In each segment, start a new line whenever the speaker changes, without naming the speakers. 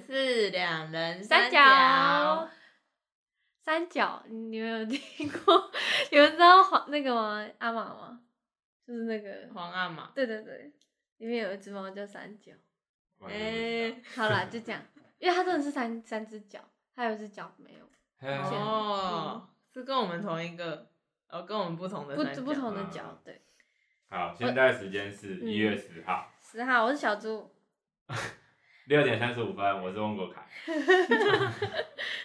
是两人
三角，三角，你们有听过？ 你们知道黄那个吗？阿玛吗？就是那个，
哎黄阿玛，
对对对，里面有一只猫叫三角。哎
完
哎
全不知
好啦，就这样，因为它真的是三三只脚，它有一只脚没有，
道嘿
哦，是跟我们同一个，哦，跟我们不同的
不
三角
不同的
啊
脚。对，
好，现在时间是
嗯
一月十号
十号，我是小猪，
六点三十五分，我是翁国凯。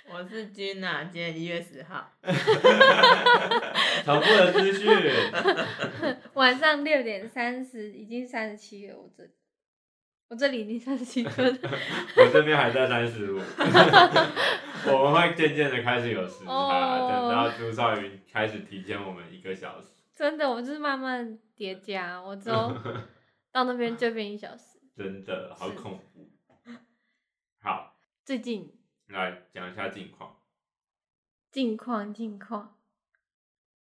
我是君娜，今天一月十号，
重复的 资讯，
晚上六点三十，已经三十七了，我这我这里已经三十七分了。
我这边还在三十 五。我们会渐渐的开始有时差
哦
等到朱少云开始提前我们一个小时，
真的，我就是慢慢叠加，我之后到那边就变一小时。
真的好
是
恐怖。好，
最近
来讲一下近况。
近况近况，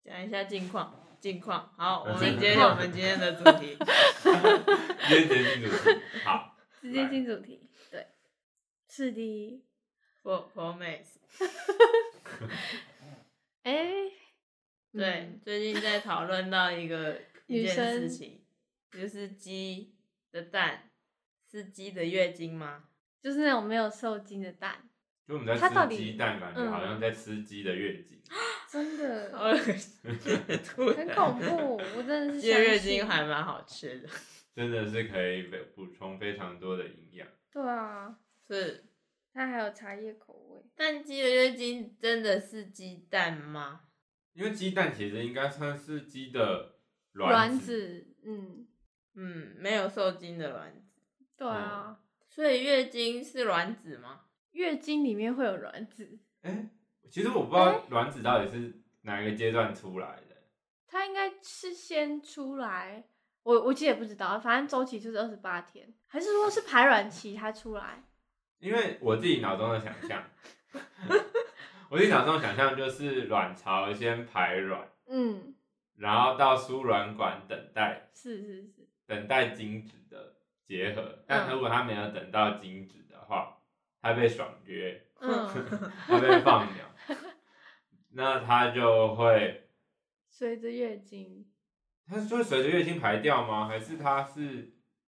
讲一下近况，近况。好，我们
近
今天
况
我们今天的主 题，
今天节进主题，好，
直接进主题。对，是的。
佛佛美，
哎、嗯
对，最近在讨论到一个一
女
件
生
事情，就是鸡的蛋是鸡的月经 吗？
就是那种没有受精的蛋，
就我们在
它到
吃
底
鸡蛋，感觉
嗯
好像在吃鸡的月经。
真
好
的
恶心，突
很
然
恐怖，我真的是
鸡的
相
月
信
经还蛮好吃的，
真的是可以补充非常多的营养。
对啊，
是，
它还有茶叶口味，
但鸡的月经真的是鸡蛋吗？
因为鸡蛋其实应该算是鸡的
卵
子，
子，嗯，
嗯，没有受精的卵子，
对啊，
所以月经是卵子吗？
月经里面会有卵子，
其实我不知道卵子到底是哪一个阶段出来的。
它应该是先出来，我我其实也不知道，反正周期就是二十八天，还是说是排卵期它出来？
因为我自己脑中的想象， 我自己脑中的想象就是卵巢先排卵，
嗯，
然后到输卵管等待
是是 是，
等待精子的结合。但如果它没有等到精子的话，它被爽约，
嗯，
它被放鸟，那它就会
随着月经，
它是会随着月经排掉吗？还是它是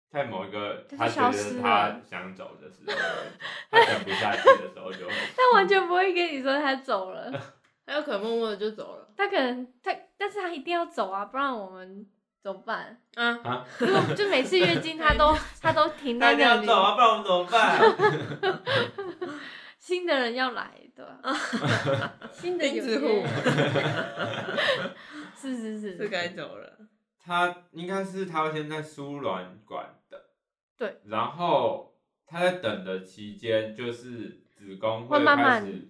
在某一个
它
它
就
觉
消失
得
了
它想走的时候，它等不下去的时 候就会
但完全不会跟你说它走了。
它有可能默默的就走了。
他可能他，但是他一定要走啊，不然我们怎么办？
啊，
啊，
就就每次月经他 都他都停在
一定
那
要
里，
走啊，不然我们怎么 办？
新的人要来，对吧、 新的有
钉子
约
户
是是是，
是该走了。
嗯它应该是它会先在输卵管等，
对，
然后它在等的期间，就是子宫
会慢
开
慢
始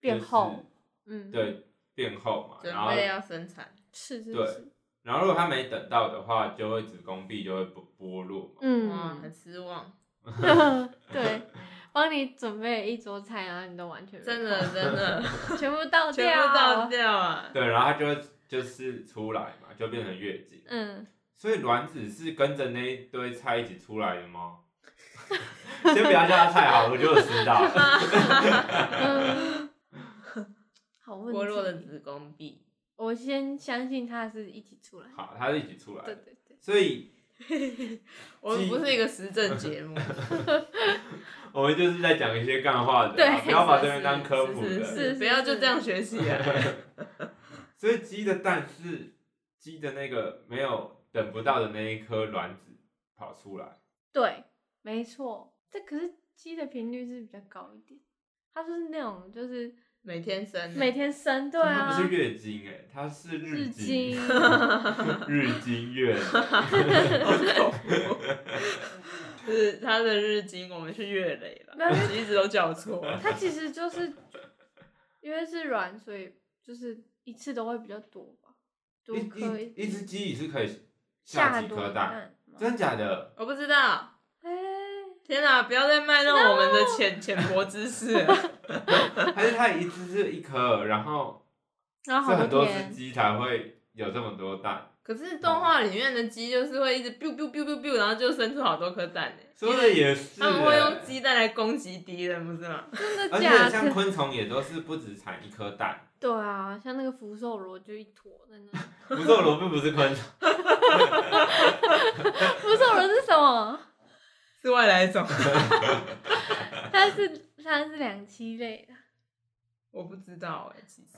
变
就是
厚，嗯，，
对，变厚嘛，
准
然后
备要生产，
是是
对
是，
然后如果它没等到的话，就会子宫壁就会剥剥落嘛，
哇，很
嗯，
失望，
对，帮你准备了一桌菜，然后你都完全没
真的真 的
碰全部倒
全部倒
掉，
掉啊！
对，然后它就会就是出来嘛，就变成月经。
嗯，
所以卵子是跟着那一堆菜一起出来的吗？ 先不要叫它菜好了，我就知道了。
嗯好问题，
剥落的子宫壁，
我先相信他是一起出来，
好，它是一起出来
对
的。
对对。
所以
我们不是一个实 证节目，
我们就是在讲一些干话的啊，
对
不要把这边当科普
是是
的。
是，不要就这样学习啊！
所以鸡的蛋是鸡的那个没有等不到的那一颗卵子跑出来，
对，没错，这可是鸡的频率是比较高一点，它就是那种就是
每天生，啊
每天生，对
它
啊，
不是月经哎、它是
日
经，
经，
日经月。
是他的日经，我们是月累了，
那
一直都叫 错。
它其实就是因为是卵，所以就是一次都会比较多吧，多
一
颗
一一只鸡也是可以
下
下
很
几
多
颗
个
蛋，
蛋吗，
真假的？
我不知道，
哎、
天哪！不要再卖弄我们的浅浅薄知识了。
还是它一只是一颗，然后
然后
是
啊好
很多只
天，
鸡才会有这么多蛋？
可是动画里面的鸡就是会一直 biu biu biu biu biu，然后就生出好多颗蛋诶。
说的也是、欸，
他们会啊用鸡蛋来攻击敌人，不是吗？
真的
而
假
且像
的？
昆虫也都是不止产一颗蛋，
对啊，像那个福寿螺就一坨在那。
福寿螺并不是昆虫，
福寿螺是什么？
是外来种，
它是它是两栖类的，
我不知道哎、其实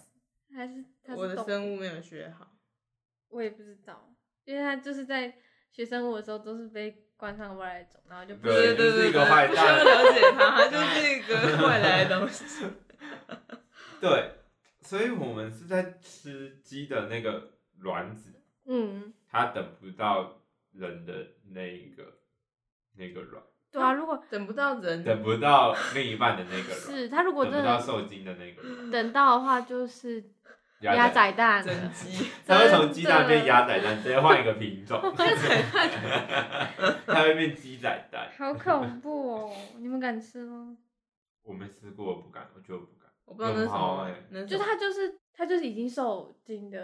它是它
我
是
的
动物
生物没有学好。
我也不知道，因为他就是在学生物的时候都是被冠上外来种，然后就不
对
对
就是
对
一个坏
不
蛋
需要了解他， 他就是一个外来的东西。
对，所以我们是在吃鸡的那个卵子，
嗯，
它等不到人的那一个那个卵，
对啊，如果
等不到人，
等不到另一半的那个卵，
是他如果
啊等
真
不到
的
受精的那个卵，
等到的话， 就是
鸭
鸭
仔，
仔蛋了，
整鸡，
它会
真
从
的
鸡蛋变鸭仔蛋，直接换一个品种， 它会变鸡仔蛋。
好恐怖哦！你们敢吃吗？
我没吃过，我不敢，我觉得我不敢。
我不知道那是什
有毛
么
欸，
那是
就
什么，
它就是它就是已经受精的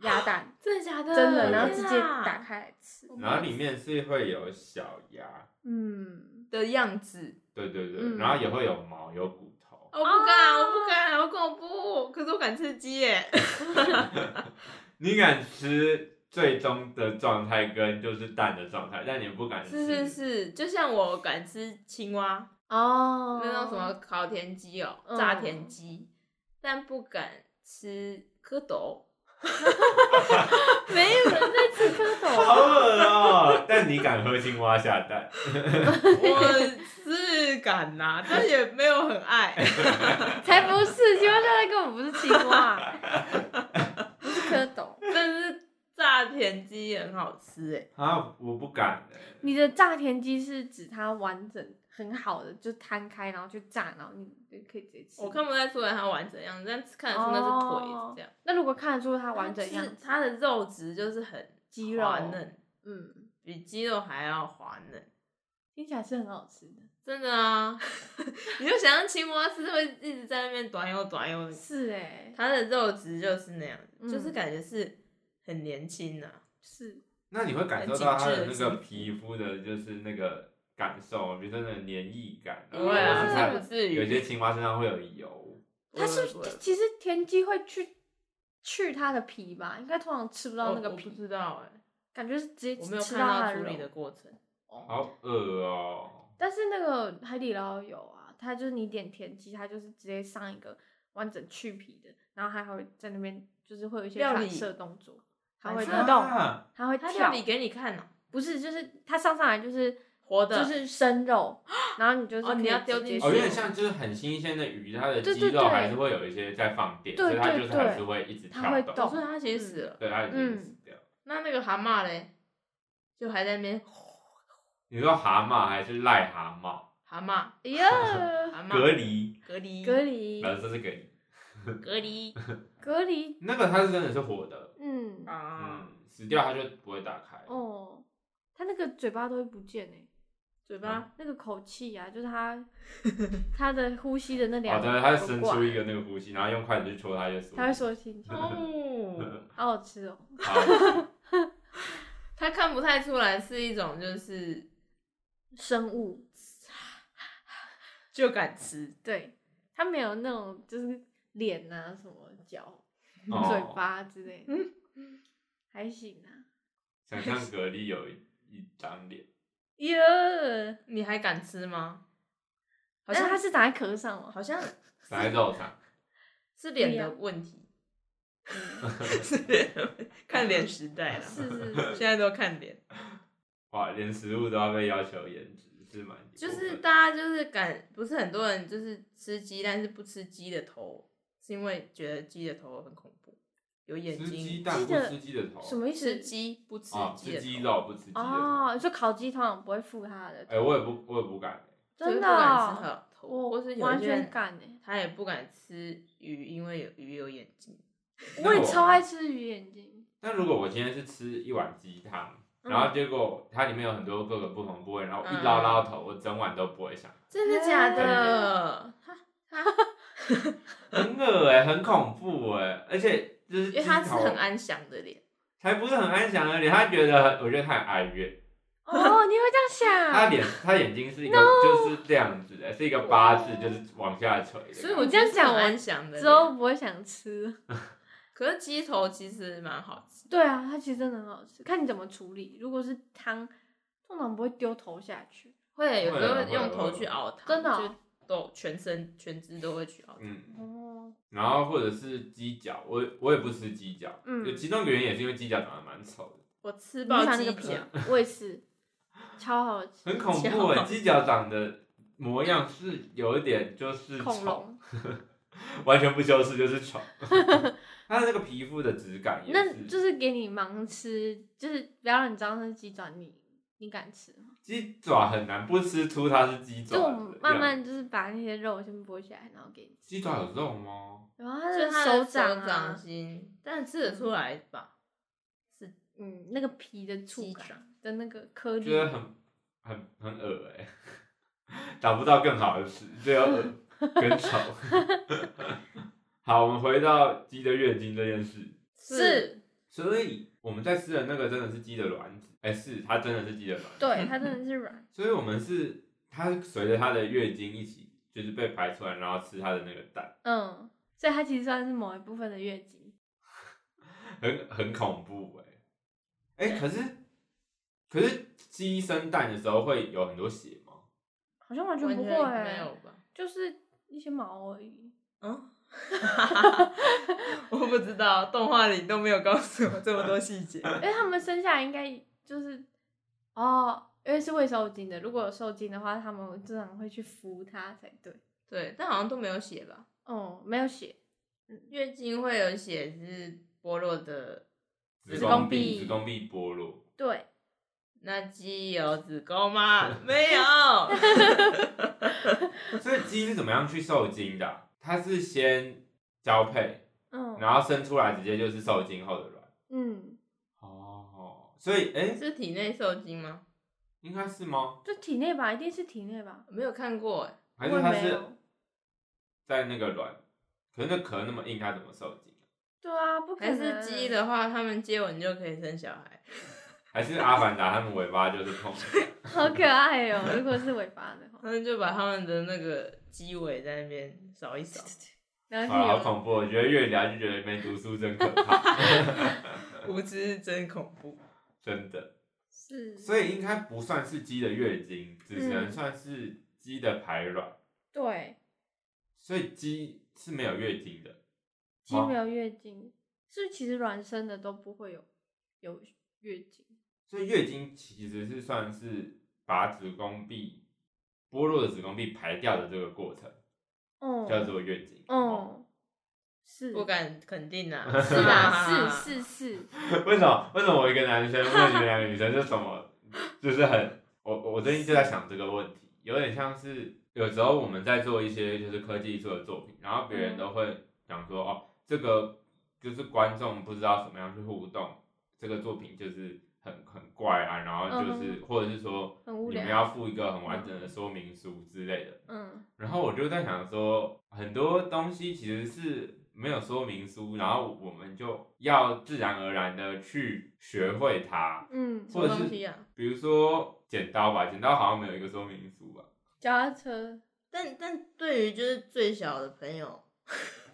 啊
鸭蛋
真的假的
真的，
对
然后直接
天啊
打开来吃，
我没有
然后里面是会有小鸭，
嗯，
的样子，
对对对，
嗯
然后也会有毛有骨头，
哦
我不敢，我不敢，好恐怖！可是我敢吃鸡欸耶，
你敢吃最终的状态跟就是蛋的状态，但你不敢
是
吃。
是是，就像我敢吃青蛙，
哦，
那种什么啊烤田鸡哦，
嗯
炸田鸡，但不敢吃蝌 蚪。
没有人在吃蝌
好
蚪，啊
恶哦、但你敢喝青蛙下蛋？
我是敢呐、但也没有很爱。
才不是，青蛙下蛋根本不是青蛙， 不是蝌蚪。
但是炸田鸡很好吃哎、
啊，我不敢的、
你的炸田鸡是指它完整很好的就摊开，然后去炸，然后你就可以直接吃。
我看不太出来它完整样子，但看得出那是腿
哦
这样。
那如果看得出它完整样
就是
子，
它的肉质就是很
鸡肉
滑嫩，
嗯，
比鸡肉还要滑嫩。
听起来是很好吃的。
真的 啊， 你就想象青蛙是会一直在那边短悠短悠 的，
是哎、
它的肉质就是那样，
嗯
就是感觉是很年轻啊呐、
是
那你会感受到它的那个皮肤的，就是那个感受吗，比如说那个黏液感、
不会啊，
或
嗯
是
它不
它
至于。
有些青蛙身上会有油，
它是
不
不
会
是其实田鸡会去去它的皮吧？应该通常哦吃不到那
我
个
我不
皮，
知道哎、
感觉是直接
我没有
吃
看
它
到
的
处理
肉。
的过程。
好恶哦、
但是那个海底捞有啊，它就是你点田鸡，它就是直接上一个完整去皮的，然后它还会在那边就是会有一些
料理
反射动作，它会
反
移
射
动，
啊，
它会
它料
跳，
理给你看呢、哦
不是就是它上上来就是
活的，
就是生肉，然后你就是
哦你
可以
要丢
直
进
接
去
哦，有
吃
点像就是很新鲜的鱼，它的
对
肌
对
肉
对
还是会有一些在放电，
对
所以它就
对
是
对
还是会一直
它
跳
会
动，
动
所以它其实死了。
对，它已经
嗯
死掉。
那那个蛤蟆嘞，就还在那边
你说蛤蟆还是癞蛤蟆？
蛤蟆，
哎呀，
蛤蟆
隔离，
隔离
隔
老
离
师是隔离，
隔离
隔离，
那个它是真的是活的，
嗯
啊，
嗯，死掉它就不会打开。
哦，它那个嘴巴都会不见哎、嗯
嘴巴
那个口气啊，就是它 它的呼吸的那两
好
个
的，哦它就伸
管
出一个那个呼吸，然后用筷子去戳它，就死。
它会说听 听，
哦，
好好吃哦。
好，
他看不太出来是一种就是
生物，
就敢吃，
对，它没有那种就是脸啊、什么脚、
哦
嘴巴之类的，还行啊。
想象蛤蜊有一一张脸，
耶！
你还敢吃吗？好
好像
像
它是长在壳上嘛，
好像
打在肉上，
是脸的问题，嗯 是脸的问题看脸时代了，
是是是，
现在都看脸，
哇，连食物都要被要求颜值，是蛮
就是大家就是敢，不是很多人就是吃鸡，但是不吃鸡的头，是因为觉得鸡的头很恐怖，有眼
吃鸡
睛，
蛋
鸡
不
的
吃鸡的头，
什么意
吃
思？
鸡不吃
啊？
鸡
吃
的
鸡
头，
肉不吃鸡的头。
哦，你说烤鸡通常不会附它的，
哎，我也不，我也不敢。
所以
真
不
的
敢吃
哦，
它头，
我
或是有
完
些
全
人
敢哎，
他也不敢吃鱼，因为有鱼有眼睛。
我也
那
超爱吃鱼眼睛，
那如果我今天是吃一碗鸡汤，然
嗯
后结果它里面有很多各个不同部位，然后一捞捞头，我整碗都不会想，
真
的假的？
很恶哎，很恐怖哎，而且就是
因为
鸡
他是
头
很安详的脸，
才不是很安详的脸，他觉得很，我觉得他很哀怨，
哦，你会这
嗯
样
他
想？
脸他眼睛是一 个就是这样子的，是一个八字就是往下垂的，
所以我
你这样
就是很
讲我
安详的
之后
脸，
不会想吃。
可是鸡头其实蛮好吃，
对啊，它其实真的很好吃，看你怎么处理。如果是汤，通常不会丢头下去。
会有时
会
候
啊会啊
用头去熬汤，
真的哦
就都全身全只都会去熬汤。
嗯，
哦，
然后或者是鸡脚，我我也不吃鸡脚，
嗯
有其中一个原因也是因为鸡脚长得蛮丑的。
我吃
你
爆
喜欢那
鸡
个皮
脚
啊，我也是，超好 吃。
很恐怖哎、鸡脚长的模样是有一点就是
恐
丑，
龙，
完全不修饰就是 丑。它的那个皮肤的质感也
那
是，
就是给你盲吃，就是不要让你知道那是鸡爪，你你敢吃吗？
鸡爪很难不吃出它是鸡爪
就我
的
们慢
样子。
慢就是把那些肉先剥下来，然后给你吃。
鸡爪有肉吗？
然后它
就是
的
它的
掌
手
啊
掌，心，但吃得出来吧？
嗯，那个皮的触
鸡爪
感的那个颗粒
觉，得很很很恶哎、 找不到更好的词，只有恶跟丑。 好，我们回到鸡的月经这件事。
是，
所以我们在吃的那个真的是鸡的卵子，哎、是它真的是鸡的卵子。
对， 它真的是软。
所以我们是它随着它的月经一起就是被排出来，然后吃它的那个蛋，
嗯，所以它其实算是某一部分的月经。
很很恐怖哎、哎、可是可是鸡生蛋的时候会有很多血吗？
好像完全
完
不
全
会、欸
没有吧？
就是一些毛而已。
嗯，我不知道，动画里都没有告诉我这么多细节。
因为他们生下来应该就是哦，因为是未受精的，如果有受精的话，他们正常会去孵它才对。
对，但好像都没有写吧？
哦、没有血，
月经会有写是剥落的，
子
宫
宫壁
子宫壁剥落，
对，
那鸡有子宫 吗？没有。
所以鸡是怎么样去受精的啊、它是先交配，
嗯
然后生出来直接就是受精后的卵。
嗯，
哦，所以哎、
是体内受精吗？
应该是吗？
就体内吧，一定是体内吧，
没有看过欸，
还
我
是
也
它
没
是
有。
在那个卵？可是那壳那么硬，它怎么受精？
对啊，不可
还
能。
是鸡的话，他们接吻就可以生小 孩。
还是阿凡达他们尾巴就是碰？
好可爱哦、如果是尾巴的 话，
他们就把他们的那个鸡尾在那边扫一扫。
然
啊好
后
啦好
是有
恐怖！我觉得越聊就觉得没读书真可 怕，
无知真恐怖。
真的。
是，
所以应该不算是鸡的月经，只能
嗯
算是鸡的排卵。
对，
所以鸡是没有月经的，
鸡没有月经，是其实卵生的都不会有有月经。
所以月经其实是算是把子宫壁剥落的子宫壁排掉的这个过程，
哦、
叫做月经。哦，
哦，是，
不敢肯定啊，
是啦， 是是是，
为什么？为什么我一个男生问你们两个女生是什么？ 就是很，我我最近就在想这个问题，有点像是有时候我们在做一些就是科技艺术的作品，然后别人
嗯
都会讲说，哦，这个就是观众不知道怎么样去互动，这个作品就是很很怪啊，然后就是、或者是说
很嗯无
你们
聊
要附一个很完整的说明书之类的，
嗯，
然后我就在想说，很多东西其实是没有说明书，然后我们就要自然而然的去学会它，
嗯，
什
或
么
者
东
是
西啊？
比如说剪刀吧，剪刀好像没有一个说明书吧，
脚踏车，
但但对于就是最小的朋友，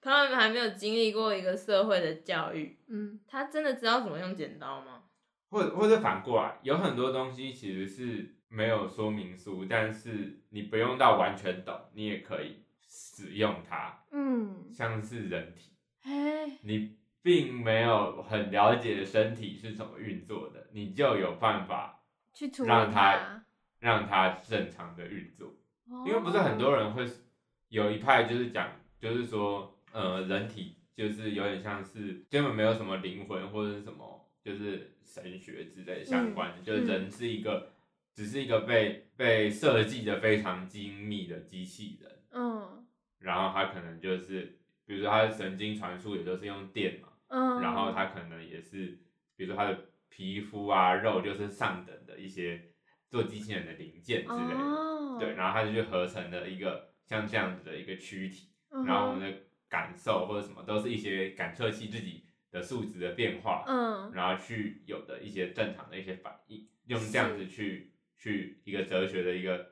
他们还没有经历过一个社会的教育，
嗯，
他真的知道怎么用剪刀吗？
或者或者反过来，有很多东西其实是没有说明书，但是你不用到完全懂，你也可以使用它，
嗯，
像是人体。
哎，
你并没有很了解身体是怎么运作的，你就有办法
去处理
让
它
它，让它正常的运作。因为不是很
哦，
多人会有一派就是讲，就是说，呃，人体就是有点像是根本没有什么灵魂或者是什么，就是神学之类相关的，就是人是一个只是一个被被设计的非常精密的机器人，
嗯
然后它可能就是，比如说它的神经传输也都是用电嘛。
嗯，
然后它可能也是，比如说它的皮肤啊、肉就是上等的一些做机器人的零件之类的，
哦，
对，然后它就去合成了一个像这样子的一个躯体，
嗯哼，
然后我们的感受或者什么都是一些感测器自己的数值的变化，
嗯，
然后去有的一些正常的一些反应，用这样子去去一个哲学的一个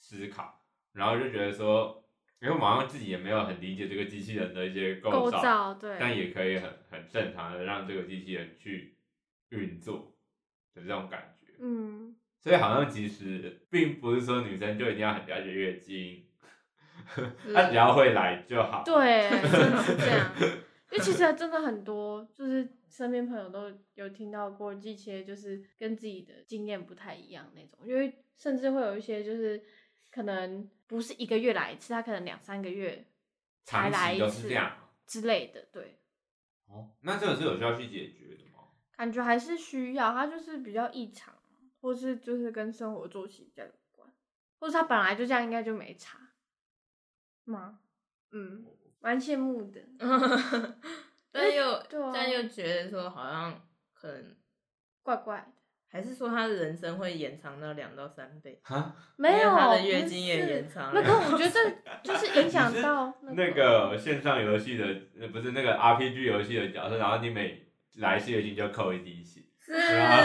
思考，然后就觉得说，因为我好像自己也没有很理解这个机器人的一些
构
构造，
造对，
但也可以很很正常的让这个机器人去运作的这种感觉。
嗯，
所以好像其实并不是说女生就一定要很了解月经，她只要会来就好。
对，真的是这样。因为其实真的很多，就是身边朋友都有听到过一些，就是跟自己的经验不太一样那种，因为甚至会有一些就是可能不是一个月来一次，他可能两三个月才
长
来
期都
一
是
次
这样。
之类的，对。
哦，那这个是有需要去解决的吗？
感觉还是需要，它就是比较异常，或是就是跟生活作息比较有关，或是他本来就这样，应该就没差吗？嗯，蛮羡慕的。
但又
对啊
但又觉得说好像可能
怪怪的，
还是说他的人生会延长到两到三倍，
哈，
没有
他的月经
不
也
是
延长
那
了
个我觉 得这就是影响到
你是
那
那个线上游戏的，呃不是那个 RPG 游戏的角色，然后你每来一次月经就扣一滴血，
是啊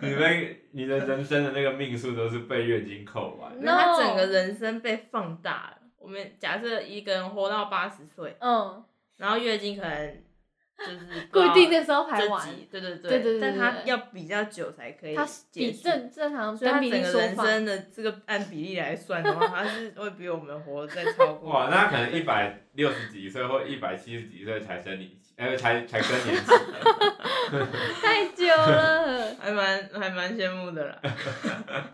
你们你的人生的那个命数都是被月经扣完的。
那他
No
整个人生被放大了。我们假设一个人活到八十岁，
嗯，
然后月经可能就是
固定
的
的时候排完，
对对对
对对对
但
对
他
对
要比较久才可以
它
结
比
束
正正常
所以他
跟
整
比
个
例说
人
法，
生的这个按比例来算的话，他是会比我们活再超过。
哇，那可能一百六十几岁或一百七十几岁才生理期，呃，才才更年期。
太久了。
还蛮还蛮羡慕的啦。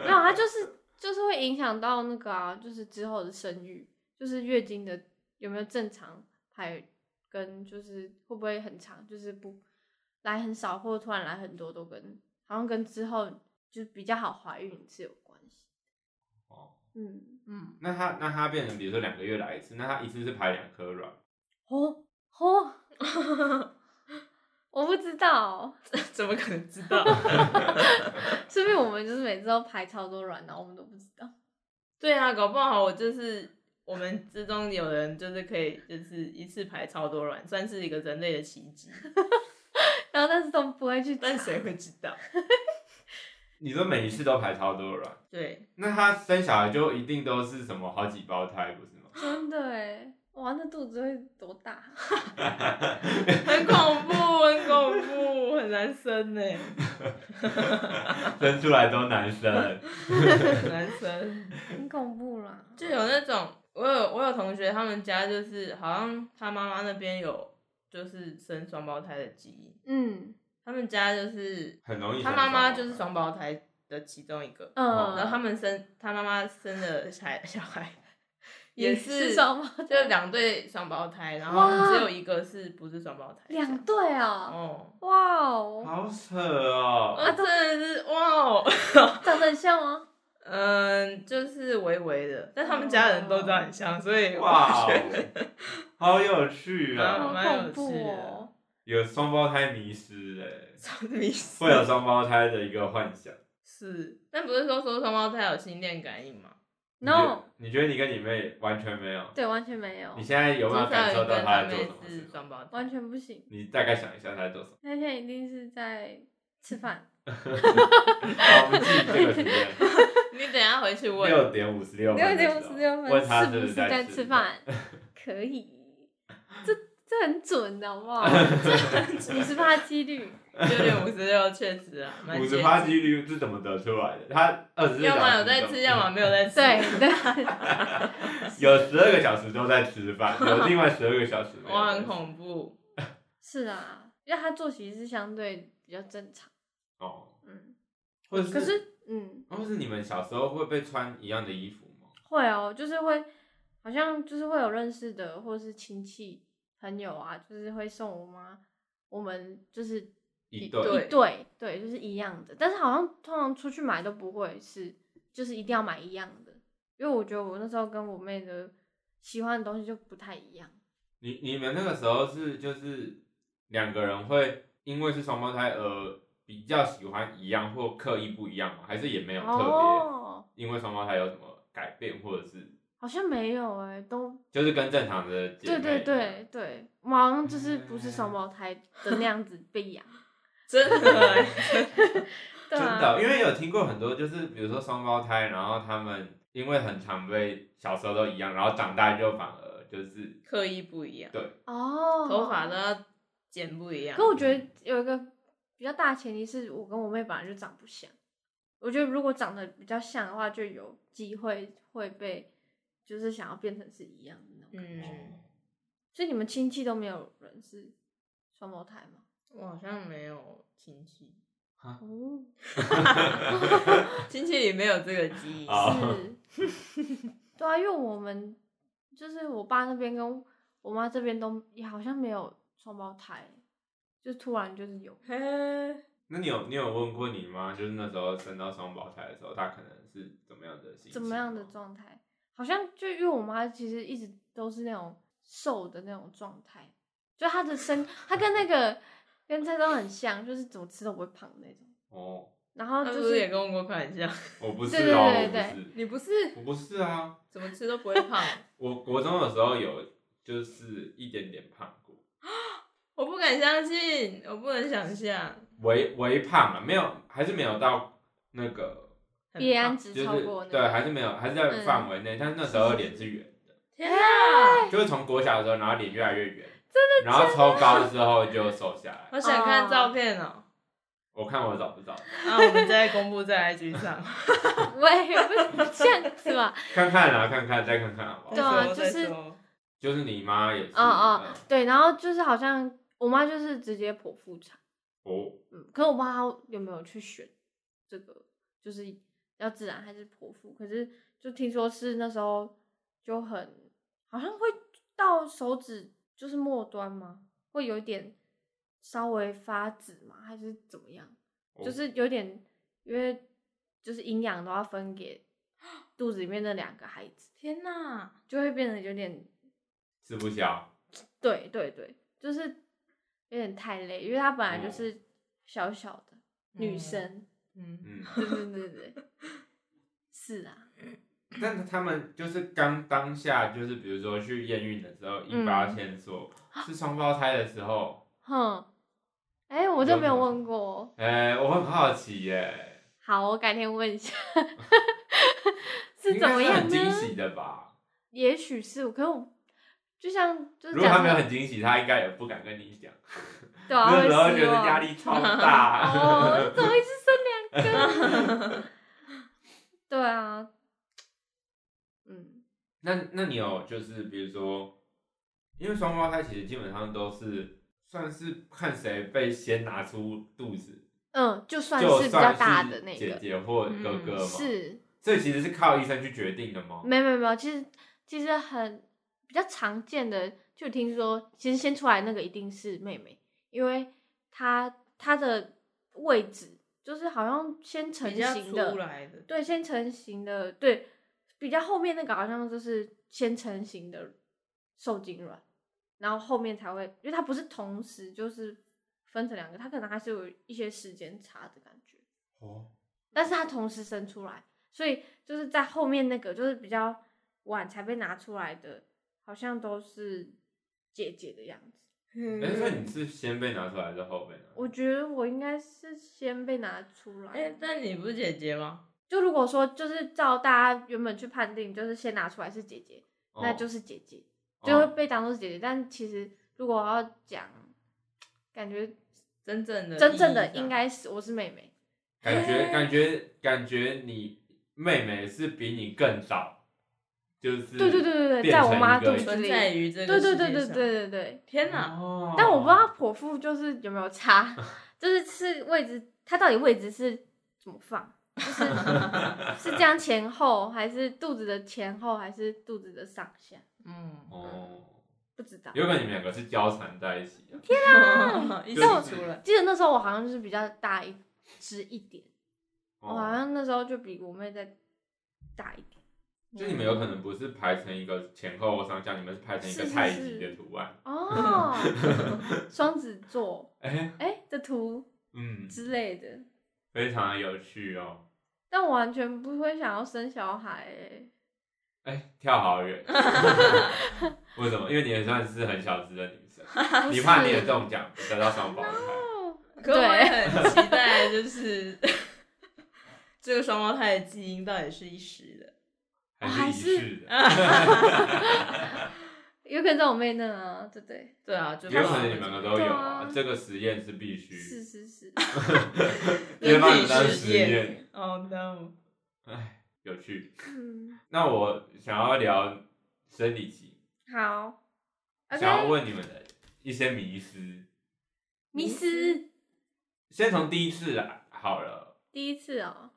没有，它就是就是会影响到那个啊，就是之后的生育，就是月经的有没有正常排，跟就是会不会很长，就是不来很少或突然来很多，都跟好像跟之后就比较好怀孕是有关系。
哦，
嗯，
嗯，
那他那他变成比如说两个月来一次，那他一次是排两颗卵，
哦哦， 我不知道，
怎么可能知道？
说不定我们就是每次都排超多卵，然后我们都不知道。
对啊，搞不好我就是我们之中有人就是可以就是一次排超多卵，算是一个人类的奇迹，
然后但是都不会去查，
但谁会知道？
你说每一次都排超多卵，
对，
那他生小孩就一定都是什么好几胞胎不是 吗？
真的哎，哇，那肚子会多大？啊
很恐怖，很恐怖，很难生呢、
生出来都男生，
很难生。
很恐怖啦。
就有那种，我有我有同学，他们家就是好像他妈妈那边有就是生双胞胎的基因，
嗯
他们家就是
很容易
他
生
妈妈
双胞
就是
胎
双胞胎的其中一个，然
嗯，
后他们生他妈妈生的小孩小 孩也
也
是
双胞
就两对双胞胎，然
哇
后只有一个是不是双胞胎？
两对啊，
哦，
哇哦，
好扯哦！
啊，真的是哇哦，
长得很 像吗？
嗯，就是微微的，但他们家人都长很像，所以
哇哦，好有趣
好
好
啊！
蛮有
恐怖
趣的
哦！
有双胞胎迷失哎、
超迷失
会有双胞胎的一个幻想。
是，但不是说说双胞胎有心电感应吗？
你觉
No
你觉得你跟你妹完全没有？
对，完全没有
你，现在有没有感受到她
至
在做
少有一个他妹
什么事
是？双胞胎，
完全不行。
你大概想一下她在做 什么？
那天一定是在吃饭，
好，我们记这个时间，
你等一下回去问。
六点五十六
六
分的时候，
点五十六分
问她
不
不
是
在
吃？饭？可以，这这很准的，好不好？五十八几率，
六点五十六确实啊，蛮
五
接
十
近
八几率是怎么得出来的？她二十四
要么有在
小
吃，
时
要么没有在吃。
对，对，
有十二个小时都在吃饭，有另外十二个小时没有。
哇，很恐怖。
是啊，因为他作息是相对比较正常，
哦，
嗯，
或者是
可是嗯。
或是你们小时候会被穿一样的衣服吗？
会哦，就是会，好像就是会有认识的或是亲戚朋友啊，就是会送我妈，我们就是
一
对
对，
一对对，就是一样的。但是好像通常出去买都不会是，就是一定要买一样的，因为我觉得我那时候跟我妹的喜欢的东西就不太一样。
你你们那个时候是就是两个人会因为是双胞胎而比较喜欢一样或刻意不一样吗？还是也没有特别、
哦，
因为双胞胎有什么改变或者是
好像没有哎、都
就是跟正常的姐
对
妹啊
对
一样嗯
对对，我们好像就是不是双胞胎的那样子 被养，
真 的欸，
对
真
啊，
的，因为有听过很多，就是比如说双胞胎，然后他们因为很常被小时候都一样，然后长大就反而就是
刻意不一样，
哦，
头发都要剪不一样。
可我觉得有一个比较大的前提是我跟我妹本来就长不像，我觉得如果长得比较像的话，就有机会会被就是想要变成是一样的那种感觉。
嗯，
所以你们亲戚都没有人是双胞胎吗？
我好像没有亲戚，
哦，
亲戚里没有这个基因。
哦
是， 对啊，因为我们就是我爸那边跟我妈这边都也好像没有双胞胎，就突然就是有。
嘿，
那你有你有问过你妈，就是那时候生到双胞胎的时候，她可能是怎么样的心情？
怎么样的？状态？好像就因为我妈其实一直都是那种瘦的那种状态，就她的身，她跟 那个跟蔡宗很像，就是怎么吃都不会胖的那种。
哦，
然
他
后
是
就
不是也
是
跟我过开玩笑？
我不是
对对
哦，
对
我不
对
是，
你不是
我不是啊，
怎么吃都不会胖？
我国中的时候有就是一点点胖过，
我不敢相信，我不能想象。
微微胖啊了，没有，还是没有到那个，
很
别安
胖
值
就
超
是
过那
对，还
个，
是没有，还是在
嗯
范围内，但是那时候脸是圆的。
天啊！
就是从国小的时候，然后脸越来越圆，真的，然后抽高的时候就瘦下来。
好想看照片哦。
我看我找不找，
那我们再公布在 IG 上。
喂，不是 这样子 吧？
看看啊，看看再看看好不
对
好？
啊
再说
就是
再说
就是你妈也是，
嗯嗯
嗯，
对，然后就是好像我妈就是直接剖腹产，
哦，
嗯，可是我不知道她有没有去选这个，就是要自然还是剖腹，可是就听说是那时候就很好像会到手指就是末端吗？会有一点稍微发紫吗？还是怎么样？
哦
就是有点因为就是营养都要分给 肚子里面那两个孩子，
天哪！
就会变得有点
吃不消，
对对对，就是有点太累，因为她本来就
哦
是小小的、女生，
嗯，
嗯，
对对对 对，是啊，
但他们就是刚当下，就是比如说去验孕的时候，
嗯
一发现说
啊
是双胞胎的时候，
哼，哎、我都没有
有可能
问过，
哎，我很好奇耶，
好，我改天问一 下，是
应
怎
该
么
是
样
很
呢
惊？喜的吧？
也许是，可是我就像就是
如果他
讲
没有
的，
很惊喜，他应该也不敢跟你讲，
对啊，
那
会
时候
失
觉得
望
压力超大。
哦，怎么一直生两个？ 对啊，嗯，
那那你有就是比如说，因为双胞胎其实基本上都是算是看谁被先拿出肚子，
嗯，就算
就是
比较
算
大
是
的那
姐
个，嗯
姐或哥哥嘛，
是
这其实是靠医生去决定的吗？
没有没有没有，其实其实很比较常见的，就听说其实先出来那个一定是妹妹，因为她她的位置就是好像先成
比较
型
出
的，
来的，
对，先成型的，对，比较后面那个好像就是先成型的受精卵，然后后面才会，因为它不是同时就是分成两个，它可能还是有一些时间差的感觉。
哦，
但是它同时生出来，所以就是在后面那个就是比较晚才被拿出来的，好像都是姐姐的样子。
哎、所以
嗯。
你是先被拿出来还是后被拿？、
我觉得我应该是先被拿出来。
哎，但你不是姐姐吗？
就如果说就是照大家原本去判定，就是先拿出来是姐姐，那就是是姐姐，
哦
就会被当做是姐姐。但其实如果我要讲，感觉
真正的
真正的
意义上
应该是我是妹妹。
感觉
嘿
感觉感觉你妹妹是比你更早，就是
对对对对对，
变
在我
成一
妈
个
肚子
存
里。
在于这
对
个世
对
界
对对
上
对。对对。
天哪！
哦
但我不知道剖腹就是有没有 差，就是是位置，它到底位置是怎么放？就是 是这样前后，还是肚子的前后，还是肚子的上下？
嗯，
哦，
不知道。
有可能你们两个是交缠在一起 的、啊
一起
但我
出来，
记得那时候我好像就是比较大一只一点，我好
哦，
像那时候就比我妹再大一点。
就你们有可能不是排成一个前后或上下，你们是排成一个
是是
太极
是
的图案。
哦，双子座
哎、
哎、的图
嗯，
之类的，
非常的有趣哦。
但我完全不会想要生小孩、欸，
哎、跳 好远。为什么？因为你也算是很小只的女生，
不
你怕你也
是
中奖得 到双胞胎，
可我也很期待，就是 这个双胞胎的基因到底是一时的。
哦还是一嗯世的？
有可能在我妹那啊，对不对？
对啊，就
也有可能你们两个都
对
有
啊
这个实验是必须，
是是是，
别
人
把
体
你当
实
实验，。
Oh no！
有趣。
嗯，
那我想要聊生理期
好
想要
，OK，
问你们的一些迷思。
迷思
先从第一次来好了，
第一次哦，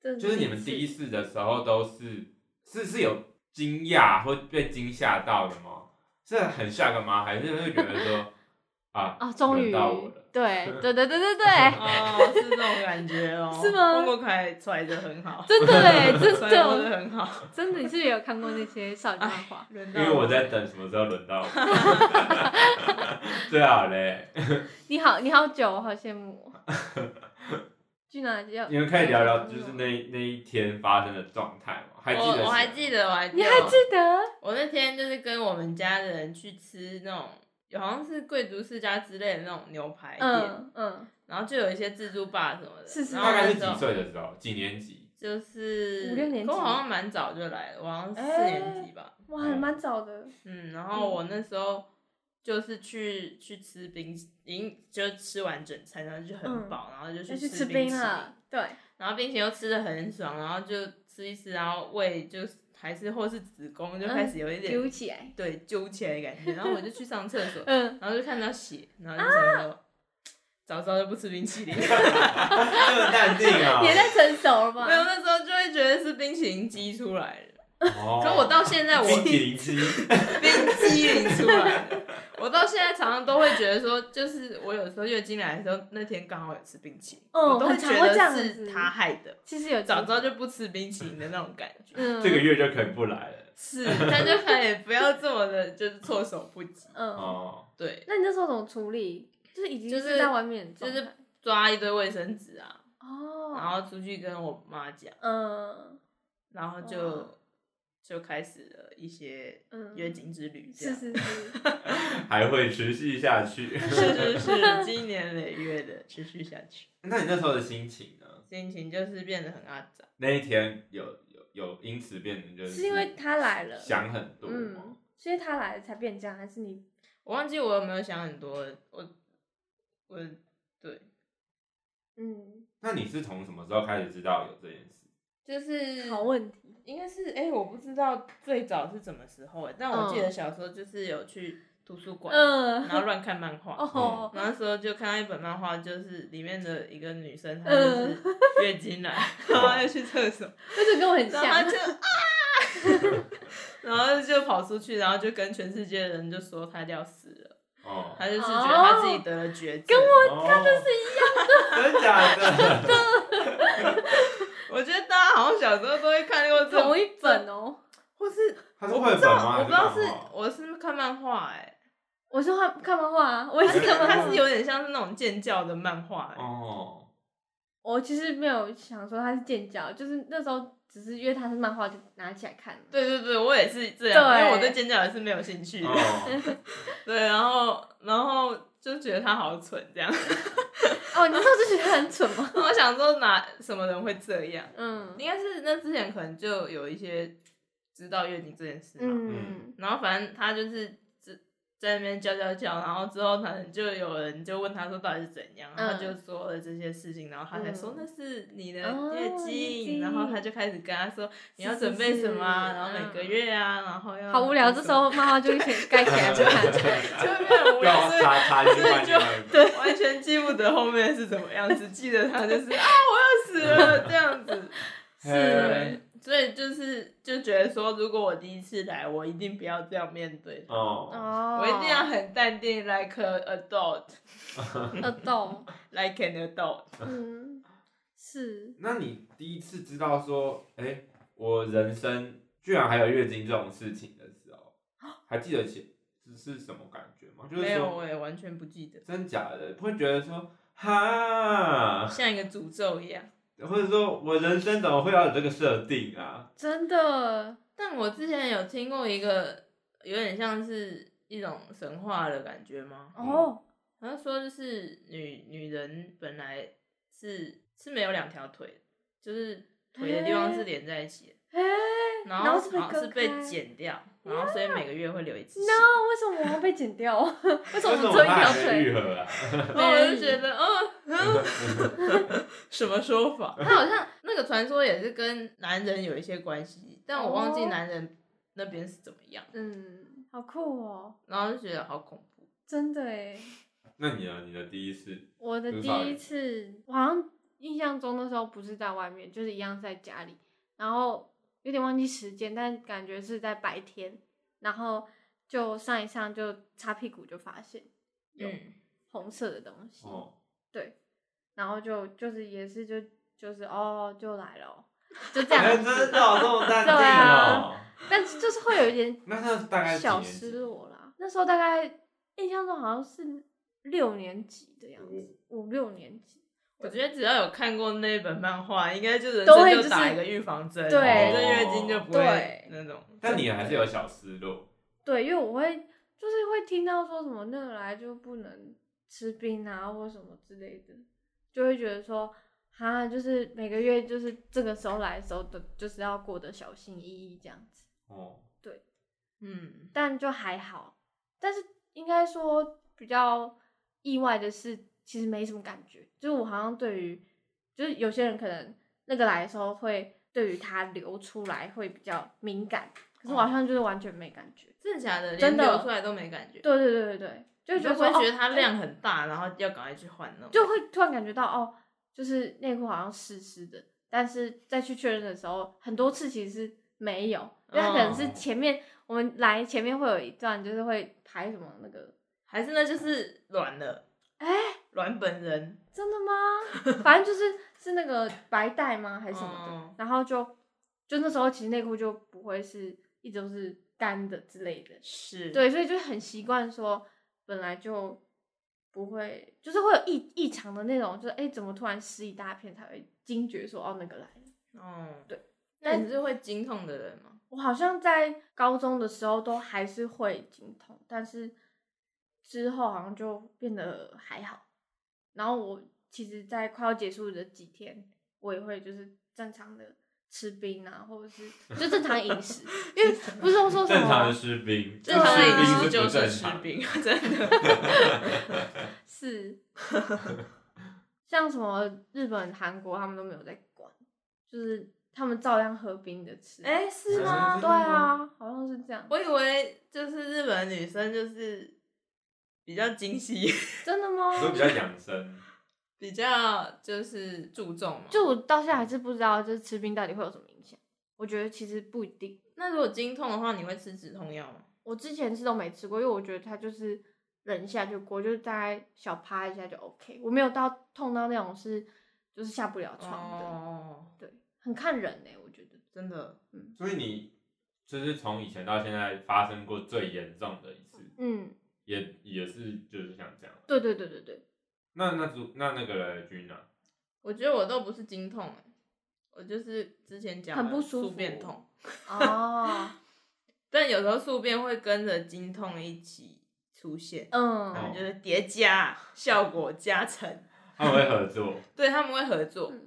真的
就是你们第一
次
次的时候都是是是有惊讶或被惊吓到的吗？是很吓个吗？还是会觉得说 啊
啊，终
轮
于
到我了，
对对对对对对，
哦，是这种感觉哦，
是吗
风过凯揣的很好，
真的 哎，真
揣摩的
的
很好。
真的，你是不是有看过那些少女漫画？
轮
因
到
为我在等什么时候轮到我， 最好嘞。
你好，你好久，我好羡慕哦。 俊男要
你们可以聊聊就是那那一天发生的状态吗？还记得
我
是
我还记得，我还记
你
得
还记得？
我那天就是跟我们家的人去吃那种，好像是贵族世家之类的那种牛排店，
嗯嗯，
然后就有一些自助吧什么的。
是是
然后
大概
那
是
时候
几岁的时候？几年级？
就是
五六年级
可我好像蛮早就来了，我好像四年级吧。
哇，还蛮早的，
嗯，然后我那时候就是去去吃冰，已经就吃完整餐，然后就很饱，然后就
嗯要
去
去吃
冰
冰
淇淋
了，对，
然后冰淇淋又吃的很爽，然后就吃一吃，然后胃就还是或是子宫就
嗯
开始有一点、
揪 起来，
对揪起来的感觉，然后我就去上厕 所，
嗯，
然后就看到血，然后就想
啊
说，早知道就不吃冰淇 淋。
这么淡定啊！
也太成熟了吧
没？有，那时候就会觉得是冰淇淋激出来的。
哦
可我到现在我
冰淇淋机，
冰激凌出来 的，我到现在常常都会觉得说，就是我有时候月经来的时候，那天刚好有吃冰淇淋，
嗯
我都会
很
觉
常会这样
得
子
是他害的，
其实有
早知道就不吃冰淇淋的那种感觉。
嗯
这个月就可以不来了。
是，但就可以不要这么的，就是措手不及。
嗯，
哦，
对，
那你那时候怎么处理？就是已经
就是
在外面的
就
状态，
是抓一堆卫生纸啊，然
哦，
后出去跟我妈讲，
嗯
然后
哇
就就开始了一些
嗯，
月经之旅，这
是
样。
是是，
还会持续下去。
是是是，经年累月的持续下去，
那你那时候的心情呢？
心情就是变得很阿杂。
那一天有有有因此变得就是
是因为他来了，
想很多吗
嗯？，是因为他来了才变这样，还是你
我忘记我有没有想很多，我我对，
嗯？
那你是从什么时候开始知道有这件事？
就是
好问题，
应该是哎、我不知道最早是什么时候哎、但我记
嗯
得小时候就是有去图书馆，
嗯
然，后乱看漫画。
哦，
然后那时候就看到一本漫画，就是里面的一个女生，她就是月经来，然后要去厕所，
那就跟我嗯 很
然后她
像
就，啊， 然后就跑出去，然后就跟全世界的人就说她要死了，
哦，
她就是觉得她自己得了绝症。跟我
我看就是一样 的，真 假的？
我觉得大家好像小时候都会看过这种
同一本哦。
或是
他是绘本吗？
我不知道
还
是
漫画
我是看漫画哎、
我说看看漫画啊，我也
欸，
是看漫画，
它是有点像是那种建教的漫画哎、
哦，
我其实没有想说他是剑教，就是那时候只是因为他是漫画就拿起来看了。
对对对，我也是这样，
对
因为我对尖角也是没有兴趣的。
哦，
对，然后然后就觉得他好蠢这样。
哦，你那时候就觉得他很蠢吗？
我想说哪什么人会这样？
嗯
应该是那之前可能就有一些知道月经这件事嘛。
嗯，
然后反正他就是只在那边叫叫叫，然后之后可能就有人就问他说到底是怎样，然后他就说了这些事情，然后他才说
嗯
那是你的
哦
月
月
经，
经
然后他就开始跟他说你要准备什么啊，
是是
然后每个月啊，然后要
好无聊，这 时候漫画就一起盖起来不看。
就会变得无聊，
要
所
插插进外面，对，
以完全记不得后面是怎么样，只记得他就是啊我要死了这样子，对
是，
所以就是就觉得说，如果我第一次来，我一定不要这样面对它
哦，
哦，
我一定要很淡定，like a adult。
要动，
like an adult。
呃嗯，是，
那你第一次知道说，哎、我人生居然还有月经这种事情的 时候，还记得起是是什么感觉吗？就是
没有，
说，
我也完全不记得，
真假的，不会觉得说，哈，
像一个诅咒一样。
或者说我人生怎么会要有这个设定啊？
真的，
但我之前有听过一个有点像是一种神话的感觉吗？
嗯
哦，
好像说就是女女人本来是是没有两条腿的，就是腿的地方是连在一起的，
哎，
然
然
后
后是被
好像是
割
被
开啊
剪掉，然后所以每个月会流一次血。
no，为什么我要被剪掉？ 为什么
为
我们
什么
只有一
它
条
还没
腿？
愈合啊？
然后我就觉得，哦， 什么说法？他好像那个传说也是跟男人有一些关系，但我忘记
哦
男人那边是怎么样，
嗯，好酷哦，
然后就觉得好恐怖。
真的哎。
那你呢？你的第一次
我的
多
第
少
一
人
次，我好像印象中那时候不是在外面，就是一样在家里，然后有点忘记时间，但感觉是在白天，然后就上一上就擦屁股就发现有
嗯，
红色的东西，
哦，
然后就就是也是就就是哦就来了哦，就这
哎，
样
真
子，
的有这么淡定
对
哦
啊？但是就是会有一点
那那大概几
小
年级
失落啦。那时候大概印象中好像是六年级的样子，五六年级。
我觉得只要有看过那本漫画，应该就人
都
生
会
就
就是
打一个预防针，
对
这月经就不会
对
那种。
但你还是有小失落，
对，因为我会就是会听到说什么那个来就不能吃冰啊，或什么之类的，就会觉得说，哈，就是每个月就是这个时候来的时候都就是要过得小心翼翼这样子，
哦，
嗯，
但就还好。但是应该说比较意外的是，其实没什么感觉，就是我好像对于就是有些人可能那个来的时候会对于它流出来会比较敏感，可是
哦
我好像就是完全没感觉。
真的假的？连
真的
流出来都没感觉，
对对对对对，就
你
觉得
就
说
会
哦
觉得它量很大，然后要赶快去换那种。
就会突然感觉到哦，就是内裤好像湿湿的，但是再去确认的时候，很多次其实是没有，因为它可能
哦
是前面、我们来前面会有一段就是会排什么那个，
还是那就是卵了，
哎、
卵本人。
真的吗？ 反正就是是那个白带吗还是什么的，
嗯
然后就就那时候其实内裤就不会是一直都是干的之类的，
是，
对，所以就很习惯说，本来就不会，就是会有异异常的那种，就是哎、诶怎么突然湿一大片才会惊觉说哦那个来了。
哦，
对。
那你是会经痛的人吗？
我好像在高中的时候都还是会经痛，但是之后好像就变得还好。然后我其实，在快要结束的几天，我也会就是正常的吃冰啊，或者 是就正常饮食，因为不是都说什么
正常的士兵，
正常的
对
饮
啊
食
士兵
就
不
是
正
吃
常。
冰，真的。
是，像什么日本、韩国他们都没有在管，就是他们照样喝冰的吃。
哎、是
吗
吗？
对啊，好像是这样。
我以为就是日本女生就是比较精细，
真的吗？
都比较养生，
比较就是注重嘛。
就我到现在还是不知道，就是吃冰到底会有什么影响。我觉得其实不一定。
那如果经痛的话，你会吃止痛药吗？
我之前是都没吃过，因为我觉得它就是忍一下就过，就是大概小趴一下就 OK。我没有到痛到那种是就是下不了床的，
哦，
对，很看人呢、我觉得。
真的，
所以你就是从以前到现在发生过最严重的一次，
嗯，
也也是就是像这样。
对对对对对，
那那主那那个君啊呢？
我觉得我都不是经痛、欸，我就是之前讲的
很不舒服
宿便痛，
哦，
但有时候宿便会跟着经痛一起出现，
嗯，
然后就是叠加效果加成，
他们会合作，
对他们会合作。
嗯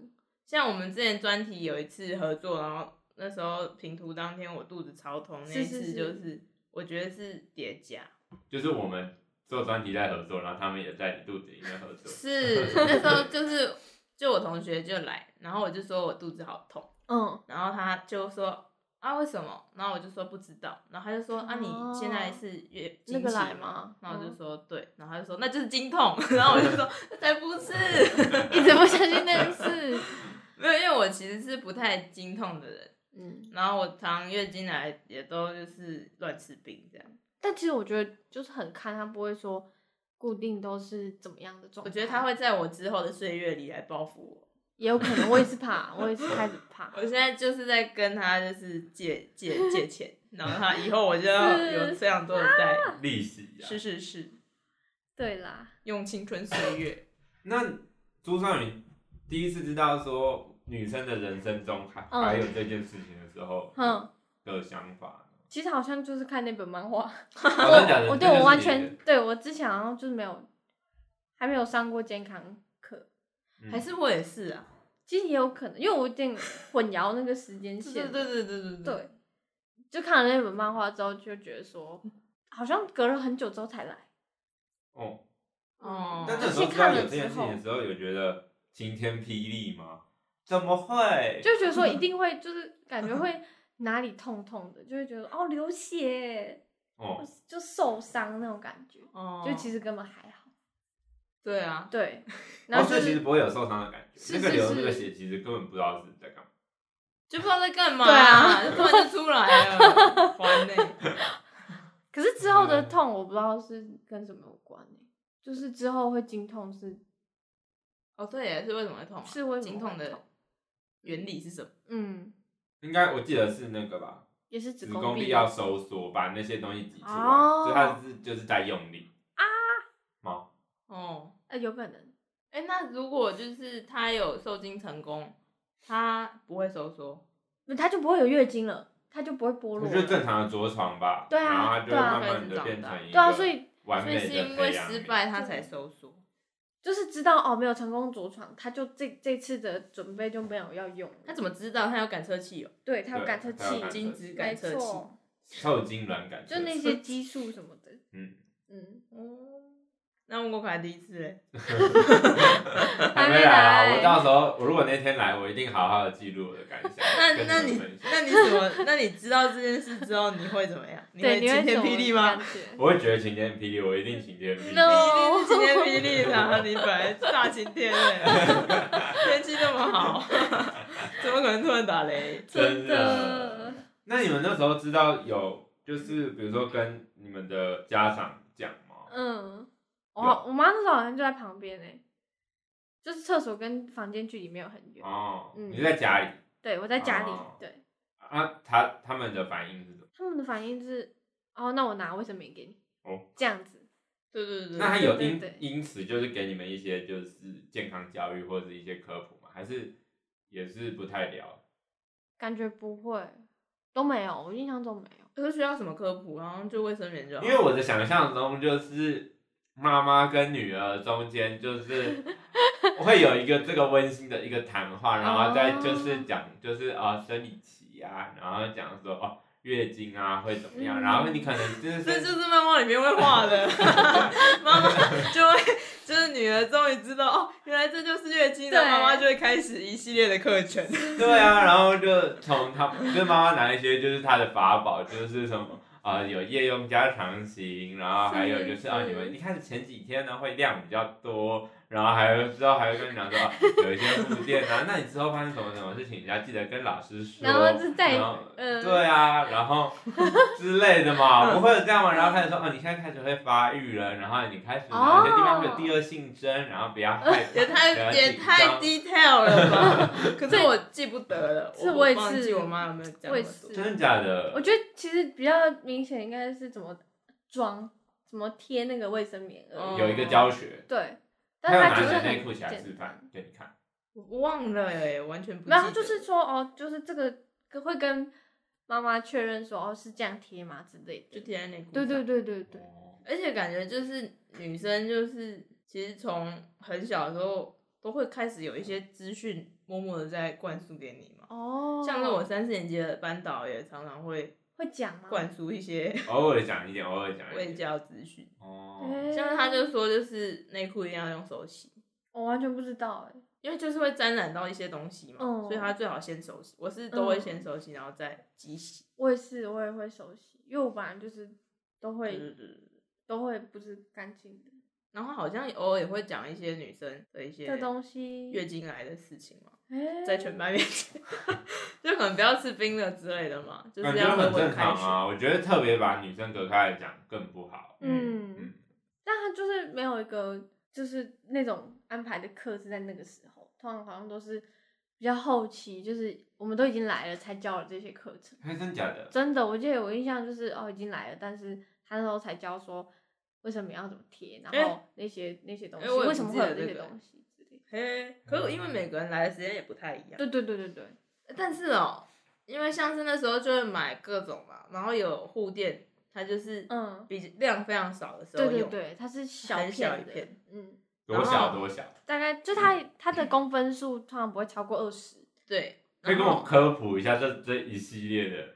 像我们之前专题有一次合作，然后那时候平图当天我肚子超痛，那
是
一
是
次
是
就是我觉得是叠加，
就是我们做专题在合作，然后他们也在你肚子里面合作。
是那时候就是就我同学就来，然后我就说我肚子好痛，
嗯，
然后他就说啊为什么？然后我就说不知道，然后他就说啊
哦
你现在是月
那
经
个
期
来
吗？
吗？
然后我就
嗯
说对，然后他就说那就是经痛， 然后我就说那才不是，
一直不相信那件事。
没有，因为我其实是不太经痛的人。
嗯，
然后我常月经来也都就是乱吃冰这样，
但其实我觉得就是很看他不会说固定都是怎么样的状
我
态。
觉得它会在我之后的岁月里来报复我。
也有可能，我也是怕，我也是开始 怕。
我现在就是在跟他就是借借借钱，然后他以后我就要
是啊
有非常多的贷。
利息啊。
是是是，
对啦，
用青春岁月。
那朱少云第一次知道说女生的人生中还、
嗯
还有这件事情的时候，
嗯
哼，
的想法呢？
其实好像就是看那本漫画，
哦真的假的
我
这
对
就是
我
你的
完全对我之前好像就是没有，还没有上过健康课，
嗯
还是我也是啊？
其实也有可能，因为我有点混淆那个时间
对
线。
对对对对对，
对就看了那本漫画之后，就觉得说，好像隔了很久之后才来。
哦，
哦
但那时候
先
知道
看
有
了
这件
之
事
后
情，的时候，有觉得晴天霹雳吗？怎么会？
就觉得说一定会，就是感觉会哪里痛痛的，就会觉得哦流血，
哦，
就受伤那种感觉，
哦
就其
实
实根本还好。
对啊，
对，然
哦，
后
所
就
以其实
是
不会有受伤的感觉。
是
那个
是
流那个
是
血，其实根本不知道是在干嘛。
就不知道在干嘛，
对啊，
突然就出来了，烦呢、
可是之后的
嗯
痛我不知道是跟什么有关欸就是之后会经痛是
哦，对耶，是为什么会痛、啊？
是为什么
经痛
会
的
痛
原理是什么？
嗯
应该我记得是那个吧，
也是
子
子
宫
宫
壁
壁
要收缩，把那些东西挤出来，
哦
所以它是就是在用力。
哦，
呃有可能
哎、那如果就是他有受精成功，他不会收缩，
那它就不会有月经了，它就不会剥落
我觉得正
了。
常的着床吧，
对啊
然后它就会
对啊
慢慢的变成一个
对啊，所以
完
所以
美
是
的
因
培
为
养
失
皿
败他才收缩。
就是知道哦没有成功着床，它就这这次的准备就没有要用了。
他怎么知道他有感测器哦？
对它有
对
感测器
它有，感测
精
器
子
没
感测器。
错。
受精卵感，
就那些激素什么的。
嗯
嗯，
哦，那问过凯第一次嘞？
还没来啊！我到时候我如果那天来，我一定好好的记录我的 感想。
那
跟
那
你
你
们分享
那你怎么？那你知道这件事之后，你会怎么样？你
对，你
晴天霹雳吗？？
我会觉得晴天霹雳，我一定晴天霹雳。
你
No
一定是晴天霹雳
哦
的啊，你本来大晴天嘞，天气那么好，怎么可能突然打 雷？
真
真
的
的。
那你们那时候知道有就是比如说跟你们的家长讲吗？
嗯，我
啊
好我妈那时候好像就在旁边诶，就是厕所跟房间距离没有很远。
哦，
嗯
你是在家里
对，我在家里
哦，
对
啊？他他们的反应是什么？
他们的反应是，哦，那我拿卫生棉给你
哦，
这样子。
对对对，
那他有因
嗯对对
因此就是给你们一些就是健康教育或者一些科普吗？还是也是不太聊？
感觉不会，都没有，我印象中没有。
可是需要什么科普？好像就卫生棉就好。
因为我的想象中就是妈妈跟女儿中间就是 会有一个这个温馨的一个谈话，然后再就是讲就是呃生理期啊，然后讲说哦月经啊会怎么样，
嗯
然后你可能就是
这就是漫画里面会画的， 妈妈就会就是女儿终于知道哦，原来这就是月经了，
对
妈妈就会开始一系列的课程。
对啊，然后就从他们就是妈妈拿一些就是她的法宝，就是什么。啊、有夜用加强型，然后还有就是
是
啊，
是
你们一开始前几天呢会量比较多，然后还有之后还会跟你讲说、啊、有一些附件啊， 那你之后发生什么什么事情，你要记得跟老师说。
然后就再
哦然后
嗯
对啊，然后之类 的嘛，不会有这样嘛？然后开始说，哦，你现在开始会发育了，然后你开始
哦
哪些地方会有第二性征，然后不要 害怕，
也太
不要
也
紧
太
张
detail 了吧？ 可是我记不得了，
是
我
我也
忘记
是
我妈有没有讲
我也
那么多
是
真的假的？
我觉得其实比较明显应该是怎么装，怎么贴那个卫生棉而已。
哦
有一个教学，
对，但
他有
是它
拿你
就是
的
很
内裤起来示
简
范
单
给你看。
我我忘了哎，完全不记得。
然后就是说哦，就是这个跟会跟妈妈确认说哦是这样贴吗之类
就
的。
贴在内裤。
对对，对对对，
哦
而且感觉就是女生就是其实从很小的时候都会开始有一些资讯默默的在灌输给你嘛。
哦，
像是我三四年级的班导也常常会
会讲吗？
灌输一 些
偶尔讲一点，偶尔讲一
卫
点。
教资讯，
哦，
诶
像是他就说就是内裤一定要用手洗，
我完全不知道哎，
因为就是会沾染到一些东西嘛，
嗯
所以他最好先手洗。我是都会先手洗，然后再机洗。
我也是，我也会手洗，因为我本来就是都
对
会
对对对
都会不是干净的
然后好像偶尔也会讲一些女生的一些
这东西。
月经来的事情嘛，
诶
在全班面前， 就可能不要吃冰的之类的嘛，就是
感觉
要
很
温
正
温开
常
水。
啊。我觉得特别把女生隔开来讲更不好。嗯
嗯，但他就是没有一个就是那种安排的课是在那个时候，通常好像都是比较后期，就是我们都已经来了才教了这些课程。
还哎真假的？
真的，我记得我印象就是哦，已经来了，但是他那时候才教说为什么要怎么贴，然后那些、那些东西、
哎我也不
为什么会有
记得
这
这
些
个
东西之类的。
嗯
嘿，可是因为每个人来的时间也不太一样，
对对对对对，
但是哦，因为像是那时候就会买各种嘛，然后有护垫，它就是
嗯
比量非常少的时候
对
用，
对对，它是小
很小
片
一
的，
片嗯
嗯，
多
然
小
后
多小，
大概就它它的公分数通常不会超过二十，
对
可以跟
然
我
后
科普一下这这一系列的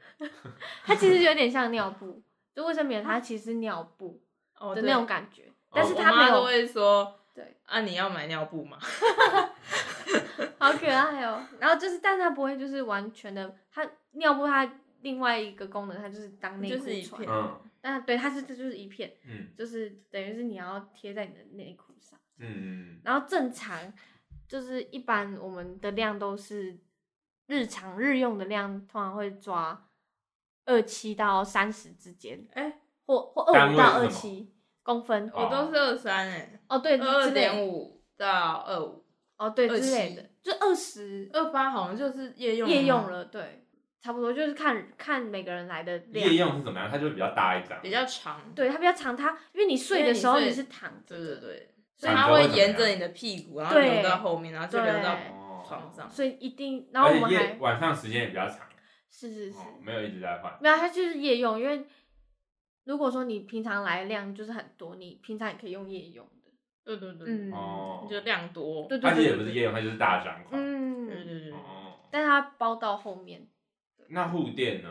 它其实有点像尿布，就卫生棉它其实是尿布
哦
的
对哦
那种感觉，但是
我
它没
妈都
有，
会说，
对，
啊你要买尿布吗？
好可爱哦。然后就是，但它不会就是完全的，它尿布它另外一个功能，它就是当内
就是
裤
一
穿
片，
嗯
那对，它是这就是一片，
嗯
就是等于是你要贴在你的内裤上。
嗯
然后正常就是一般我们的量都是日常日用的量，通常会抓二七到三十之间，
哎、
或或二
单位
五
是
到二
什哦
七公分。
我都是二三哎，
哦，对，
二
之类
点
的
五到二五，
哦，对
27
之类的，就二十
二八好像就是夜用
夜用
了，
了，对，差不多就是看看每个人来的量
夜。用是怎么样？它就比较大一张，
比较长，
对，它比较长，它因为你睡
因为
的
你
时候
睡
你是躺着
对对
的，
对，所
所
以
以
它
你
会
就会
沿
怎
着
么样
你的屁股，然后流
对
到后面，然后就流到
对
哦，
床上，
所以一定。然后
而
我们
且夜
还
晚上时间也比较长，
是是是，
哦，没有一直在换，
没有，它就是夜用，因为如果说你平常来的量就是很多，你平常也可以用夜用的。
对对对，
嗯，
哦，
就量多，
对对
它其实也
对
不是
对，
夜用，它就是大张款，
嗯，
对对对对，
哦，
但是它包到后面，
那护垫呢？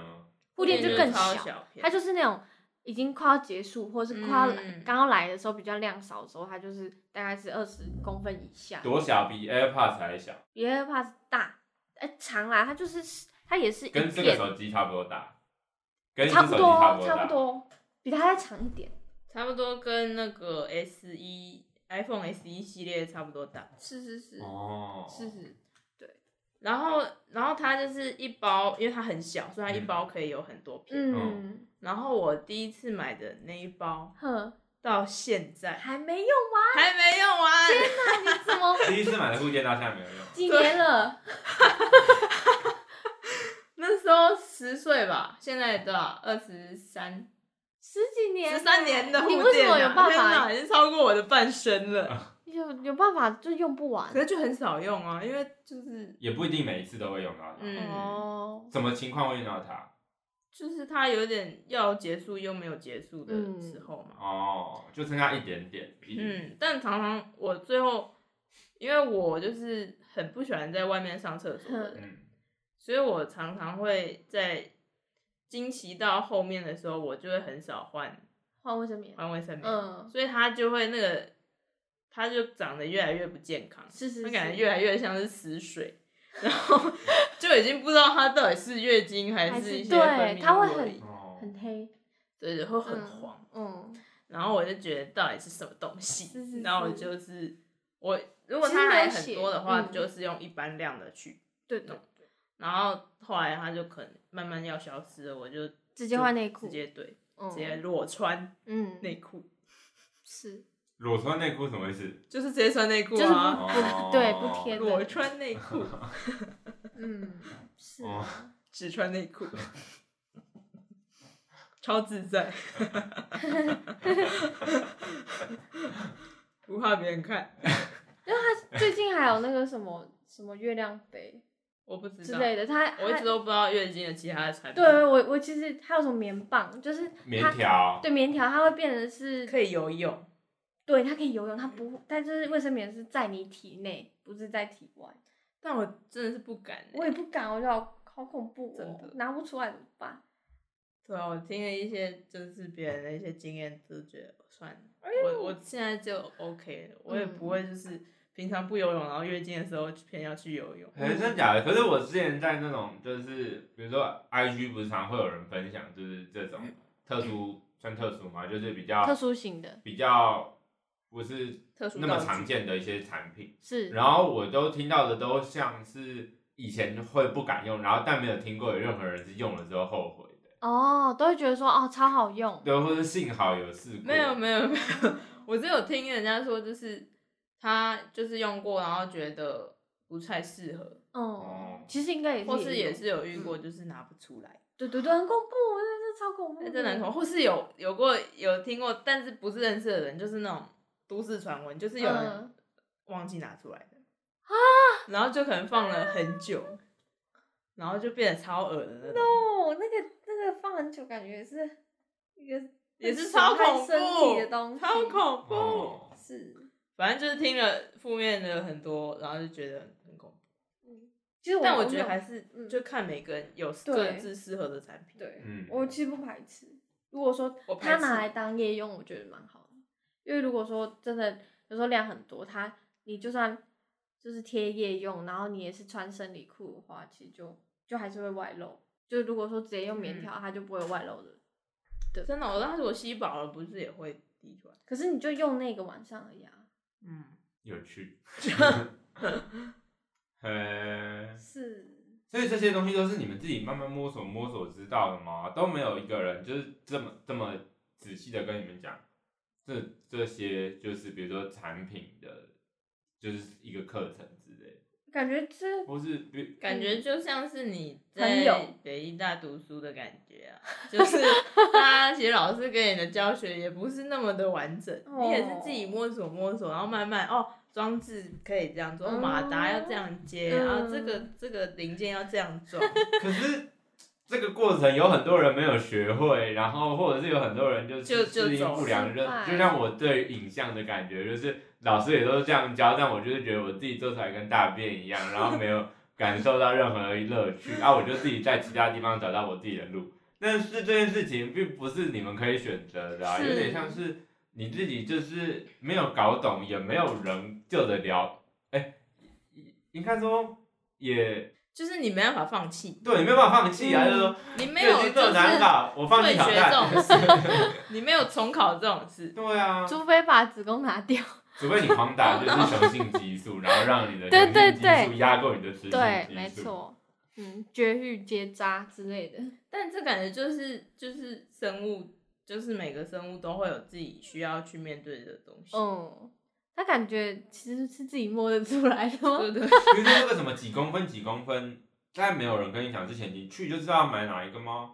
护垫就
就
更
超
小，
片
它就是那种已经快要结束，或是快要来
嗯
刚要来的时候比较量少的时候，它就是大概是二十公分以下。
多小比 AirPods 还小，
比 AirPods 大，哎、长啦，它就是它也是一
跟这个
片，
手机差不多大，跟你
差
这
不
手机
多
差
哦
不多
差
大
不，多，比它再长一点。
差不多跟那个 S 一 iPhone S 一系列差不多大，是是是
哦，
是是，对。然后然后它就是一包，因为它很小，所以它一包可以有很多片。
嗯，
然后我第一次买的那一包
哼，
到现在
还没用完，
还没用完，
你怎 么
第一次买的护垫到现在没有用，
几年了？
那时候十岁吧，现在多少？二十三，
十几年，
十三年的护
你
垫、啊，
为什么有欸办
天哪
法
已经超过我的半生了？
有有办法就用不完
可？是就很少用啊，因为就是
也不一定每一次都会用到它，
嗯
哦，
什么情况会用到它？
就是它有点要结束又没有结束的
嗯
时候嘛。
哦，就剩下一点点，一点点
嗯，但常常我最后，因为我就是很不喜欢在外面上厕所的人，
嗯，
所以我常常会在经期到后面的时候，我就会很少换
换卫生棉，
换卫生棉，
嗯
所以它就会那个，它就长得越来越不健康，
是是
它
是，
感觉越来越像是死水，然后就已经不知道它到底是月经还
还
是
是
一些
对
分泌
它会
物而
很
已
哦，
很黑，
对对，会很
嗯
黄。
嗯，
然后我就觉得到底是什么东西，
是是
然后我
是
就是我如果
其实
它
没有
还很
写
多的话，
嗯
就是用一般量的去，
对对，
然后后来它就可能慢慢要消失了，我就
直
直
接换内裤，
直接对，
嗯
直接裸穿
嗯，
内裤，
是
裸穿内裤什么意思？
就是直接穿内裤
就是
啊，
不
哦
不对不贴
裸
的，
穿内裤，
嗯，是
哦
啊。
只穿内裤，超自在， 不怕别人看，
最近还有那个什么什么月亮杯
我不知
之
道，
类的，它
我一直
它
都不知道月经的其他的产品，
对啊我我其实还有什么棉棒，就是
棉
它
条，
对棉条，它会变成是，
可以游泳。
对它可以游泳，它不，但就是卫生棉是在你体内，不是在体外。
但我真的是不敢欸、
我也不敢，我觉得好好恐怖、哦，
真的
拿不出来怎么办？
对啊，我听了一些就是别人的一些经验，就觉得算了，我我现在就 OK 了，我也不
嗯
会就是平常不游泳，然后月经的时候偏要去游泳。
哎、真的假的？可是我之前在那种就是，比如说 IG 不是常会有人分享，就是这种特殊算特殊嘛，就是比较
嗯特殊型的
比较不是
特殊
那么
道具
常见的一些产品，
是，
然后我都听到的都像是以前会不敢用，然后但没有听过有任何人是用了之后后悔的，
哦，都会觉得说哦超好用，
对，或者幸好有试过，
没有没有没有，我只有听人家说，就是他就是用过，然后觉得不太适合，
嗯，其实应该也是有，嗯
或是也是有遇过就是拿不出来，
对对对，很恐怖，真的是超恐怖
那
的，
真难同，或是有有过有听过，但是不是认识的人，就是那种都市传闻，就是有人
嗯啊
忘记拿出来的。然后就可能放了很久，然后就变得超恶的那种，
哦，那个那个放很久，感觉是一个
也是
很
超
伤害
恐
身体的
怖，
东西，
超恐怖。
哦，
是。
反正就是听了负面的很多，然后就觉得很很恐怖。
其实我
但我
没
觉
有
得还是
嗯
就看每个人有
对
各自适合的产品。
对，
嗯
我其实不排斥。如果说
我排
它
斥
拿来当夜用，我觉得蛮好的，因为如果说真的有时候量很多，它你就算就是贴夜用，然后你也是穿生理裤的话，其实就就还是会外露。就如果说直接用
嗯
棉条，它就不会外露的。
真的，我当时我吸饱了，不是也会滴出来？
可是你就用那个晚上而已啊。
嗯，
有趣。
嗯
呃，
是，
所以这些东西都是你们自己慢慢摸索摸索知道的吗？都没有一个人就是这么这么仔细的跟你们讲，这这些就是比如说产品的，就是一个课程之类的，
感觉这
或是比
感觉就像是你
嗯朋
在
友
北医大读书的感觉啊， 就是他其实老师给你的教学也不是那么的完整，你也是自
哦
己摸索摸索，然后慢慢哦，装置可以这样做，哦马达要这样接，
嗯
然后这个这个零件要这样装，
可是这个过程有很多人没有学会，然后或者是有很多人就是
就就
适应
走
不良，就
失败
就像我对影像的感觉，就是老师也都是这样教，但我就是觉得我自己做出来跟大便一样，然后没有感受到任何乐趣，啊，我就自己在其他地方找到我自己的路。但是这件事情并不是你们可以选择的、啊，
是
有点像是你自己就是没有搞懂，也没有人救得了，哎、应该说也
就是你没办法放弃，
对，你没有办法放弃
嗯
啊，就是说。
你没有
已
就
经这么难
是
搞，我放弃
退学
挑
这种
战。
事，你没有重考这种事，
对啊，
除非把子宫拿 掉，
除非你狂打就是雄性激素，然后让你的
对
雄性
对
激
对
素压过你的雌性激素。
对，没。错，嗯，绝育结扎之类的，
但这感觉就是就是生物，就是每个生物都会有自己需要去面对的东西。
嗯，他感觉其实是自己摸得出来的吗？
对对，
比如说这个什么几公分几公分，在没有人跟你讲之前，你去就知道买哪一个吗？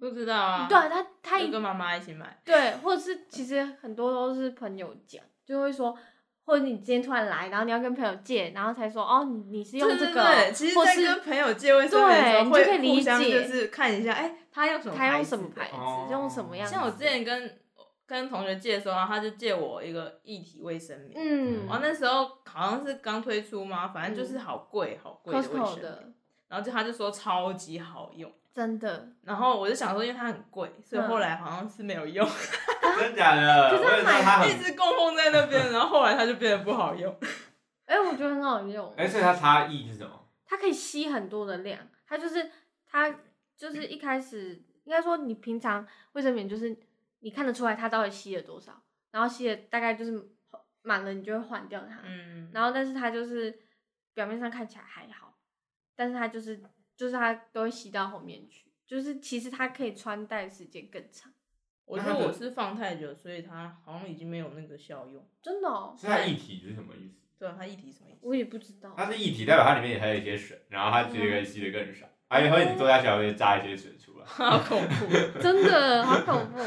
不知道啊。
对啊，他他
就
一
跟妈妈一起买，
对，或者是其实很多都是朋友讲，就会说，或者你今天突然来，然后你要跟朋友借，然后才说哦，你你是用这
对
个
对对，其实
或
在
是
跟朋友借卫生棉的时候，
对你就可以
会互相
理解
就是看一下，哎，他用什么，
他用什么牌
子
子，
哦
用什么样
的。
子。
像我之前跟跟同学借的时候，然后他就借我一个一体卫生棉，
嗯
然后那时候好像是刚推出嘛，反正就是好贵好贵的卫生
，Costco
棉，
的，
然后就他就说超级好用。
真的，
然后我就想说，因为它很贵，所以
嗯
后来好像是没有用，
真假的？
可是
我也知道
买
它
一
很，
直供奉在那边，然后后来它就变得不好用。
哎、我觉得很好用，
哎，所以它差异是什么？
它可以吸很多的量，它就是它就是一开始应该说你平常卫生棉就是你看得出来它到底吸了多少，然后吸了大概就是满了你就会换掉它，
嗯，
然后但是它就是表面上看起来还好，但是它就是就是它都会吸到后面去，就是其实它可以穿戴时间更长，
我觉得我是放太久，所以它好像已经没有那个效用。
真的、哦，
所以它一体是什么意思？
对啊，它一体什么意思？
我也不知道，
它是一体，代表它里面也还有一些水，然后它其实可以吸的更少，而且会你坐下去还会榨一些水出 来。
好恐 怖！哦
真的好恐怖，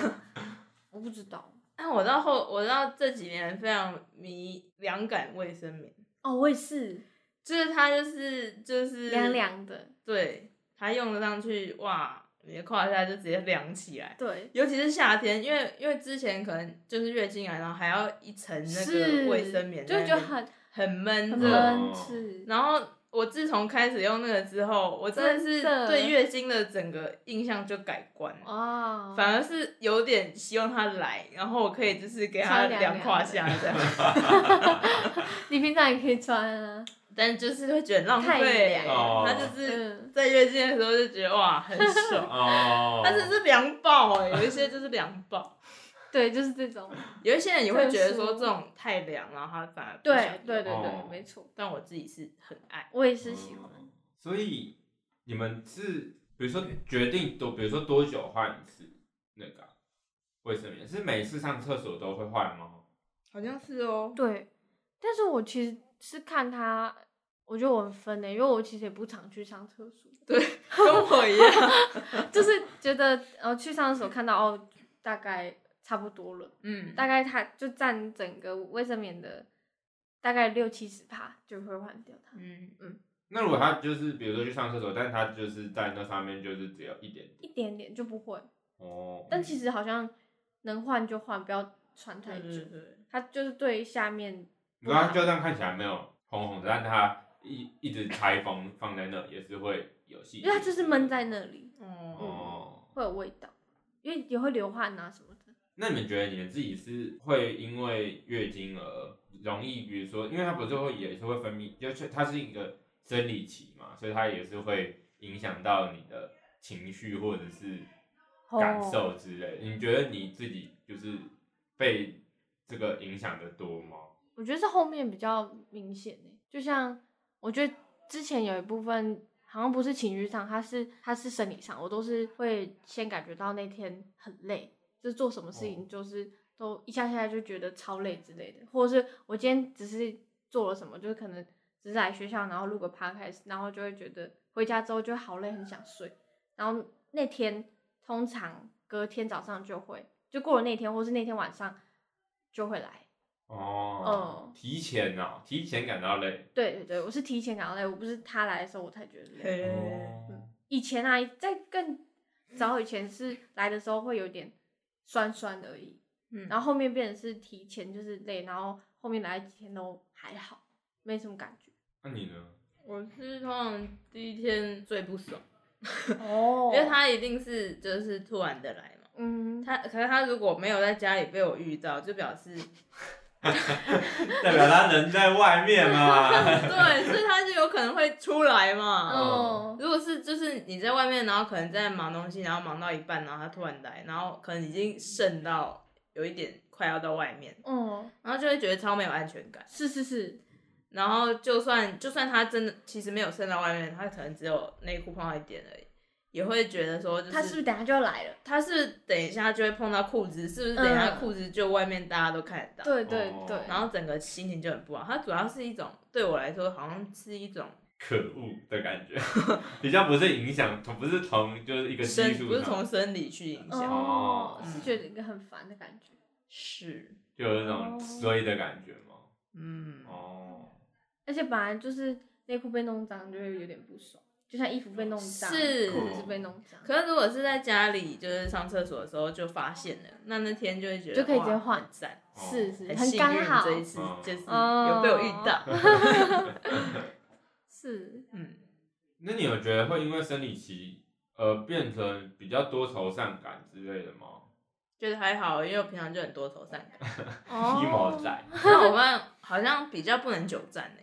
我不知 道。
但我到后，我到这几年非常迷凉感卫生棉，
哦，我也是
就是它就是就是
凉，凉的，
对，它用得上去，哇，你的胯下就直接凉起来。
对，
尤其是夏天，因为因为之前可能就是月经来，然后还要一层那
是
个嗯卫生棉
就
在那边，
觉得很
很闷
很
热。
闷
哦
是，
然后我自从开始用那个之后，我真的是
真的
对月经的整个印象就改观了，
哦，
反而是有点希望它来，然后我可以就是给它
穿凉凉
凉
的
胯下这 样，
你平常也可以穿啊，
但就是会觉得浪
太
费啊
凉，
哦
它就是
嗯，
在月经的时候就觉得哇很 爽，
哦，
它真是凉爆哎、有一些就是凉爆，
对，就是这种，
有一些人也会觉得说
真
这种太凉，然后它反而不想
对
用
对对对
哦，
没错，
但我自己是很爱，
我也是喜欢，
嗯所以你们是比如说决定多，比如说多久换一次那个啊卫生棉？是每次上厕所都会换吗？
好像是哦，
对，但是我其实是看他，我觉得我很分的，欸因为我其实也不常去上厕所，
跟我 一样，
就是觉得呃去上厕所看到哦，大概差不多了。
嗯，
大概它就占整个卫生棉的大概六七十帕，就会换掉它。
嗯嗯，
那如果他就是比如说去上厕所，但他就是在那上面就是只有一点点
一点点就不会。
哦，
但其实好像能换就换，不要穿太
对
久。
对对，
它就是对下面
你知道他就算看起来没有红红的，但他一一直开封放在那也是会有细菌，
因为它就是闷在那嗯里，
哦，
哦。
会有味道，因为也会流汗啊什么的。
那你们觉得你们自己是会因为月经而容易，比如说，因为它不是会也是会分泌，就是它是一个生理期嘛，所以它也是会影响到你的情绪或者是感受之类的。你觉得你自己就是被这个影响的多吗？
我觉得是后面比较明显呢、就像我觉得之前有一部分好像不是情绪上，它是它是生理上，我都是会先感觉到那天很累，就是做什么事情就是都一下下来就觉得超累之类的，或者是我今天只是做了什么，就是可能只是来学校然后录个 podcast，然后就会觉得回家之后就好累，很想睡，然后那天通常隔天早上就会，就过了那天或是那天晚上就会来。
哦，
嗯
提前哦，提前感到累。
对对对，我是提前感到累，我不是他来的时候我才觉得累。
嘿
哦，
以前啊，在更早以前是来的时候会有点酸酸而已，
嗯，
然后后面变成是提前就是累，然后后面来几天都还好，没什么感觉。
那你呢？
我是通常第一天最不爽，
哦
因为他一定是就是突然的来嘛。
嗯，
他可是他如果没有在家里被我遇到，就表示
代表他人在外面嘛。
对，所以他就有可能会出来嘛。
哦，
如果是就是你在外面，然后可能在忙东西，然后忙到一半，然后他突然来，然后可能已经渗到有一点快要到外面，
嗯，
然后就会觉得超没有安全感。
是是是，
然后就算就算他真的其实没有渗到外面，他可能只有内裤碰到一点而已，也会觉得说就是
他是不是等下就要来了？
他是等一下就会碰到裤子，是不是等一下
嗯
裤子就外面大家都看得到？
对对
哦
对，
然后整个心情就很不好。它主要是一种对我来说，好像是一种
可恶的感觉，比较不是影响，不是从就是一个技
生，
术
不是从
上，
生理去影响，
哦，
嗯
是觉得一个很烦的感觉。
是，
就有那
哦
种衰的感觉嘛。
嗯，
哦，
而且本来就是内裤被弄脏就会有点不爽，就像衣服被弄脏，
是
裤子被弄脏，
可是如果是在家里，就是上厕所的时候就发现了，那那天就会觉得
就可以直接
哇
换
很赞，
哦
是是
很
很
幸
刚
运
好
这，一次
哦
就是
哦
有被我遇到，
是
嗯，
那你有觉得会因为生理期呃变成比较多愁善感之类的吗？
觉得还好，因为我平常就很多愁善感，哦
哦
一毛仔，
但我们好像比较不能久站呢、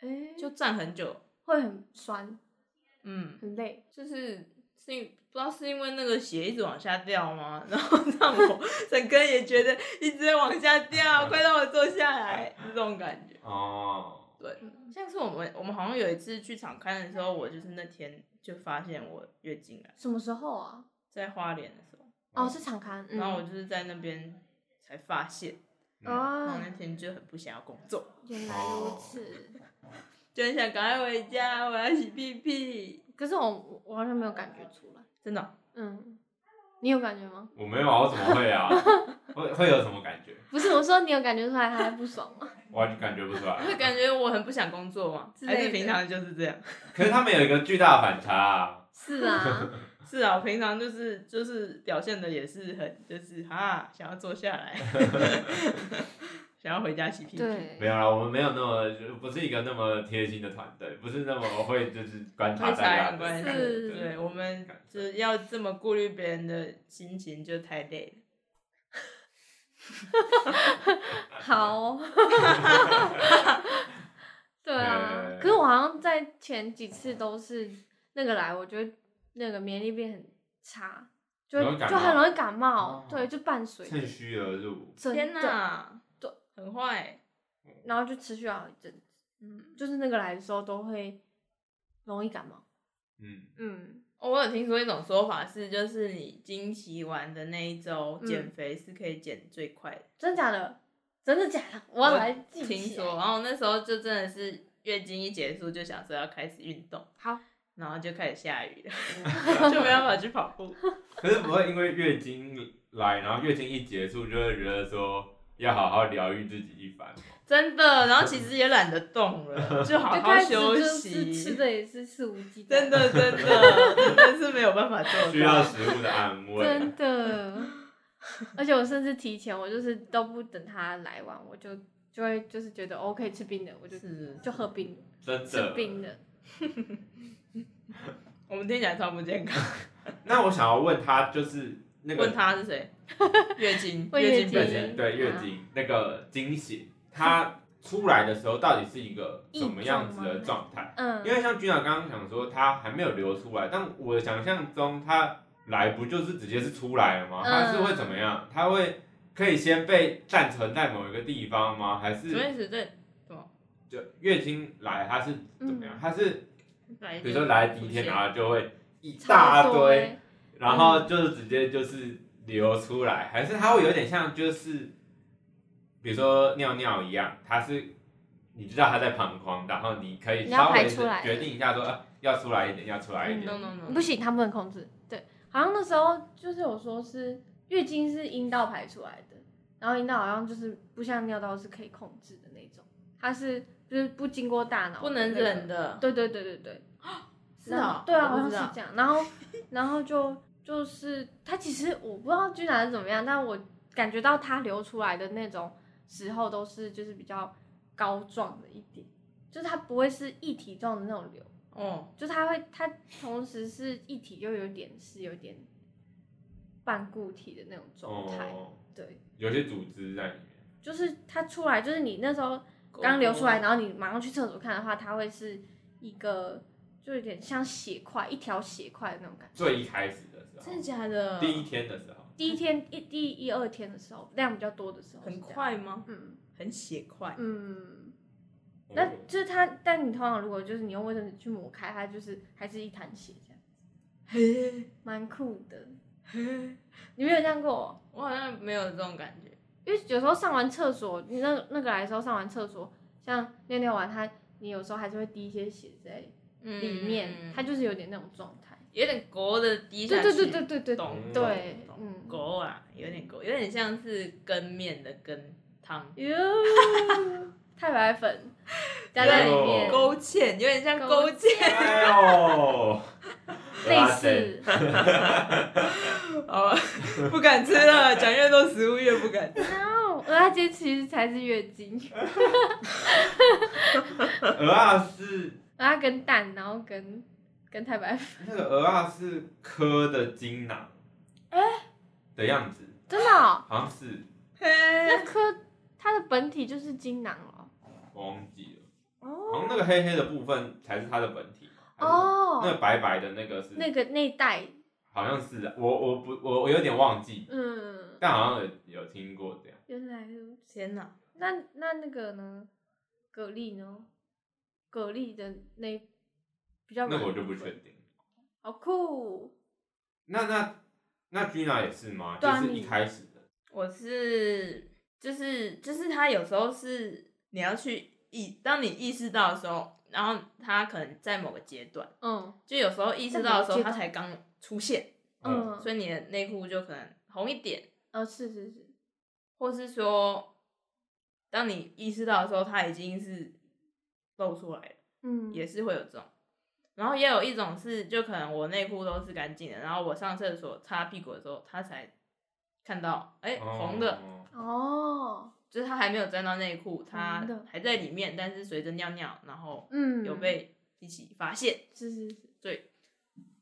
哎，
就
就
站很久，
会很酸，
嗯，
很累，
就是。是因不知道是因为那个血一直往下掉吗？ 然后让我整个也觉得一直在往下掉，快让我坐下来，这种感觉。
哦，
对，像是我们我们好像有一次去场刊的时候，我就是那天就发现我月经来，
什么时候啊？
在花莲的时候，
哦，是场刊，嗯
然后我就是在那边才发现，
嗯
然后那
啊，
天就很不想要工作，
原来
哦
如此。
就很想赶快回家，我要洗屁屁，
可是我我我好像没有感觉出来，
真的哦、
嗯，你有感觉吗？
我没有啊，我怎么会啊？会会有什么感觉？
不是，我说你有感觉出来，他还不爽啊吗？
我完全感觉不出来
会。感觉我很不想工作 嘛，
之类
还
的
是平常就是这样？
可是他们有一个巨大的反差、啊，
是 啊，
是啊，我平常就是就是表现的也是很就是哈，想要坐下 来，想要回家洗屁屁，
对
没，有啦，我们没有那么就不是一个那么贴心的团队，不是那么会就是观察
会
大家
察
的
言观
察是
对，我们就是要这么顾虑别人的心情，就太累了。
好 哦，对啊
对，
可是我好像在前几次都是那个来，我觉得那个免疫力变很差，就
容易感
就很
冒
容易感冒
哦，
对，就伴随
趁虚而入。
真
天
的，
哪，
对，
很坏。
然后就持续好一阵子，
嗯，
就是那个来的时候都会容易感冒，
嗯，
嗯，
哦我有听说一种说法是，就是你经期完的那一周
嗯
减肥是可以减最快的。
真假的，真的假的，我要
我
来记
听
起来
说，然后那时候就真的是月经一结束就想说要开始运动，
好，哦
然后就开始下雨了， 就没办法去跑步。
可是不会因为月经来，然后月经一结束就会觉得说要好好疗愈自己一番哦。
真的，然后其实也懒得动了，就好好
就开始
休
就是 吃
息。
的也是肆无忌惮，
真的，真的，真的是没有办法做到。，
需要食物的安慰。
真的，而且我甚至提前，我就是都不等他来玩，我就就会就是觉得 OK 吃冰的，我就是就喝冰
真
吃
的
冰的。
我们听起来超不健康。
那我想要问他，就是那个
问他是谁？月经，
问嗯
月本
月
月
经
人。
经对月经、那个惊喜，它出来的时候到底是一个什么样子的状态？
嗯，
因为像君雅刚刚讲说，它还没有流出来，但我想象中它来不就是直接是出来了吗？
嗯
它是会怎么样？它会可以先被暂存在某一个地方吗？还
什么
是
意思？对，
就月经来它是怎
嗯
么样？它是
来
比如说来第一天，
出现
然后就会一
差
大
不嗯多
堆
欸，
然后就是直接就是流出来，还是它会有点像就是，比如说尿尿一样，它是你知道它在膀胱，然后你可以
你要
稍微
排出来
决定一下说，呃，要出来一点，要出来一点，
no no 嗯 no，
嗯不行，他不能控制。对，好像那时候就是有说是月经是阴道排出来的，然后阴道好像就是不像尿道是可以控制的那种，它是就是不经过大脑，
不能忍。的。
对对对对对，
是
然
啊
后，对啊，
我
好
不
像
知
是
道。
这样。然后， 然后就就是他其实我不知道居然是怎么样，但我感觉到他流出来的那种时候都是就是比较膏状的一点，就是它不会是一体状的那种流，
哦，
就是它会它同时是一体又有点是有点半固体的那种状态。
哦，
对，
有些组织在里面，
就是它出来，就是你那时候刚流出
啊
来，然后你马上去厕所看的话，它会是一个就有点像血块，一条血块的那种感觉。
最一开始的时
真的
候，
假的？
第一天的时候，
第一天一第一二天的时候量比较多的时候，
很，快吗？
嗯
很血快。
嗯，那
哦
就是它，但你通常如果就是你用卫生纸去抹开，它就是还是一滩血这样，
嘿，
蛮酷的。你没有这样过？哦
我好像没有这种感觉。
因为有时候上完厕所，你那那个来的时候上完厕所，像尿尿完它，你有时候还是会滴一些血在
嗯
里面，它就是有点那种状态。
有点勾的滴下
对
去。
对对对对对
懂
对
懂，
嗯，
勾啊，有点勾，有点像是羹面的羹汤，
哟，太白粉加在里面，
勾芡，有点像勾
勾
芡。
哎呦，
类似。
哦，不敢吃了，讲越多食物越不敢吃。
哦，鹅阿姐其实才是月经，
拉塞，鹅啊是
鹅阿跟蛋，然后跟跟太白粉，
那个鹅啊是科的精囊，哎，的样子，
真的、哦，
好像是
那
嘿
颗它的本体就是精囊哦了。
我忘记了。好
哦
像那个黑黑的部分才是它的本体嘛，还是那
哦，
个白白的那个是，
那个内袋，
好像是啊我我不我我有点忘记，
嗯，
但好像有有听过这样。
原来如此。
天哪，
那那那个呢？蛤蜊呢？蛤蜊的那比较
那
软
个我就不确定。
好酷，
那那那 Gina 也是吗？
对啊
就是
你
一开始的，
我是就是就是他有时候是你要去意，当你意识到的时候，然后他可能在某个阶段，
嗯
就有时候意识到的时
在某个
候，
阶
他
段
才刚出现，
嗯，
嗯，
所以你的内裤就可能红一点。
哦是是是，
或是说，当你意识到的时候，它已经是露出来了，
嗯
也是会有这种。然后也有一种是，就可能我内裤都是干净的，然后我上厕所擦屁股的时候，它才看到，哎、
哦
红的，，
哦，
就是它还没有沾到内裤，它
红的
还在里面，但是随着尿尿，然后
嗯，
有被一起发现，
是是是，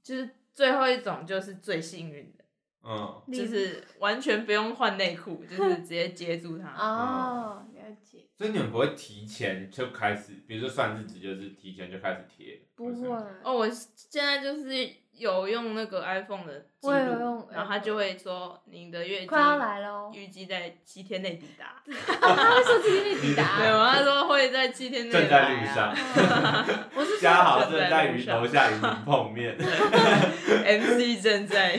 就是最后一种就是最幸运的，
嗯，
就是完全不用换内裤，就是直接接住 它。
啊
哦，了解，
所以你们不会提前就开始，比如说算日子就是提前就开始贴，
不会，
或者
哦，我现在就是有用那个 iPhone 的记录，
我也有用
然后它就会说你的月经
快要来了哦。
预计在七天内抵达。
他会说自己被抵
没
达，
有，他说会在七天
是
内、啊
正在路上，。
嗯我是
嘉
说
豪正在与楼下与您 碰面。
MC 正在，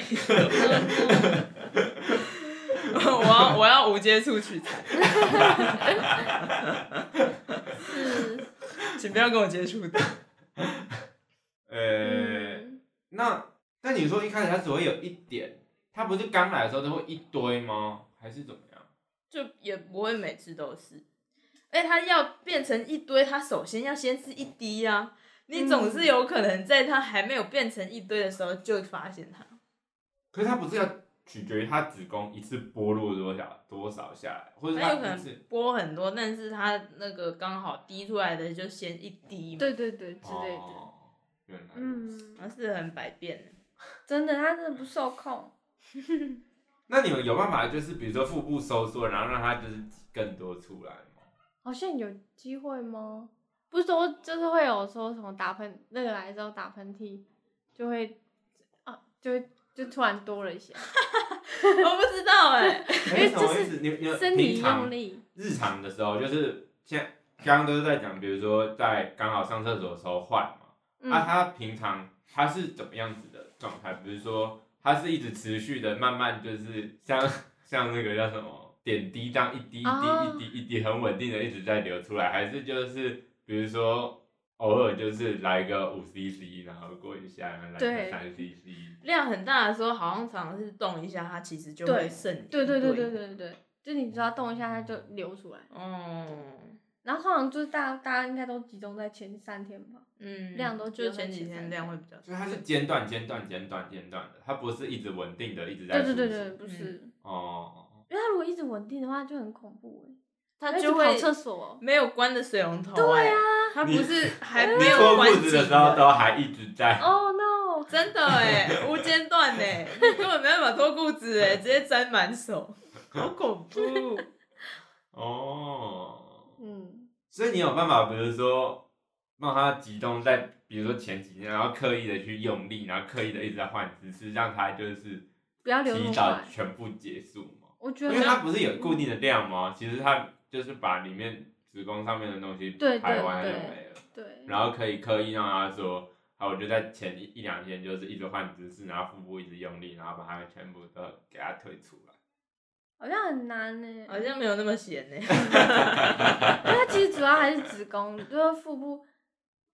我要我要无接触取材，
是，
请不要跟我接触 的。
呃，
嗯，
那那你说一开始它只会有一点，它不是刚来的时候都会一堆吗？还是怎么样？
就也不会每次都是。哎，它要变成一堆，它首先要先是一滴啊。你
嗯
总是有可能在它还没有变成一堆的时候就发现它。
可是它不是要取决于它子宫一次剥落多少多少下来，或者
它有可
它一
能
次
剥很多，但是它那个刚好滴出来的就先一滴嘛，
对对对之类的。
哦，原来如此。
嗯，
它是很百变的。
真的，他真的不受控。
那你们有办法就是比如说腹部收缩，然后让它就是挤更多出来吗？
好像有机会吗？不是说就是会有说什么打喷那个来之后打喷嚏，就会啊，就会就突然多了一些，
我不知道哎、
因
为这是
你你们
身
平
体
常
用力。
日常的时候，就是现在刚刚都是在讲，比如说在刚好上厕所的时候换嘛。那、
嗯，
啊他平常他是怎么样子的状态？比如说他是一直持续的慢慢就是像像那个叫什么点滴这样一滴一
哦
滴一滴一滴很稳定的一直在流出来，还是就是比如说偶尔就是来个五 cc，然后过一下，然后来个
对
三 cc。
量很大的时候，好像常常是动一下，它其实就会
对
渗。
对对对对。对对对，就你只要动一下，它就流出来。
哦，
然后通常就是大大家应该都集中在前三天吧。
嗯，
量都
就
只有
前
在
几
前
天
三
量
天
会比较
所以它是间断、间断、间断、间断的，它不是一直稳定的一直在
对对
输
对
出
对，不是，嗯
哦，
因为它如果一直稳定的话，就很恐怖哎、
它
它一直
就会
跑厕所。
没有关的水龙头、
对
呀、
啊，
它不
你
是还
你
没有
脱
关
裤
紧
子的时候都还一直在。
哦、no！
真的哎、无间断哎、你根本没办法脱裤子哎、直接沾满手，好恐怖。
哦，
嗯，
所以你有办法，比如说让它集中在，比如说前几天，然后刻意的去用力，然后刻意的一直在换姿势，让它就是
不要流那
提
么
早
快。
全部结束嘛？
我觉
因
得
为它不是有固定的量吗？其实它就是把里面子宫上面的东西
对对
排完它就
对
没了。
对，
然后可以刻意让他说，好，我就在前一一两天就是一直换姿势，然后腹部一直用力，然后把它们全部都给它推出来。
好像很难呢、
好像没有那么闲哎呢、
因为它其实主要还是子宫，就是腹部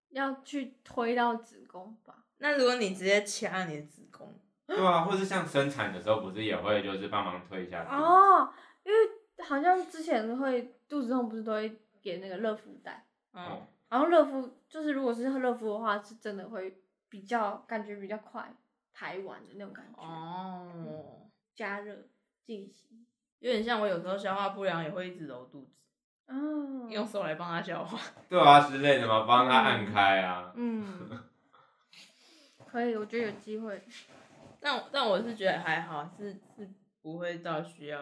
要去推到子宫吧。
那如果你直接掐你的子宫，
嗯
对啊，或是像生产的时候，不是也会就是帮忙推一下肚子？
哦，因为好像之前会肚子痛，不是都会给那个热敷带，
哦
嗯，
然后热敷就是如果是热敷的话，是真的会比较感觉比较快排完的那种感觉，
哦，
加热进行。
有点像我有时候消化不良也会一直揉肚子，
哦，
用手来帮他消化。
对啊之类的嘛，帮他按开啊。
嗯，可以，我觉得有机会。
但但我是觉得还好，是是不会到需要，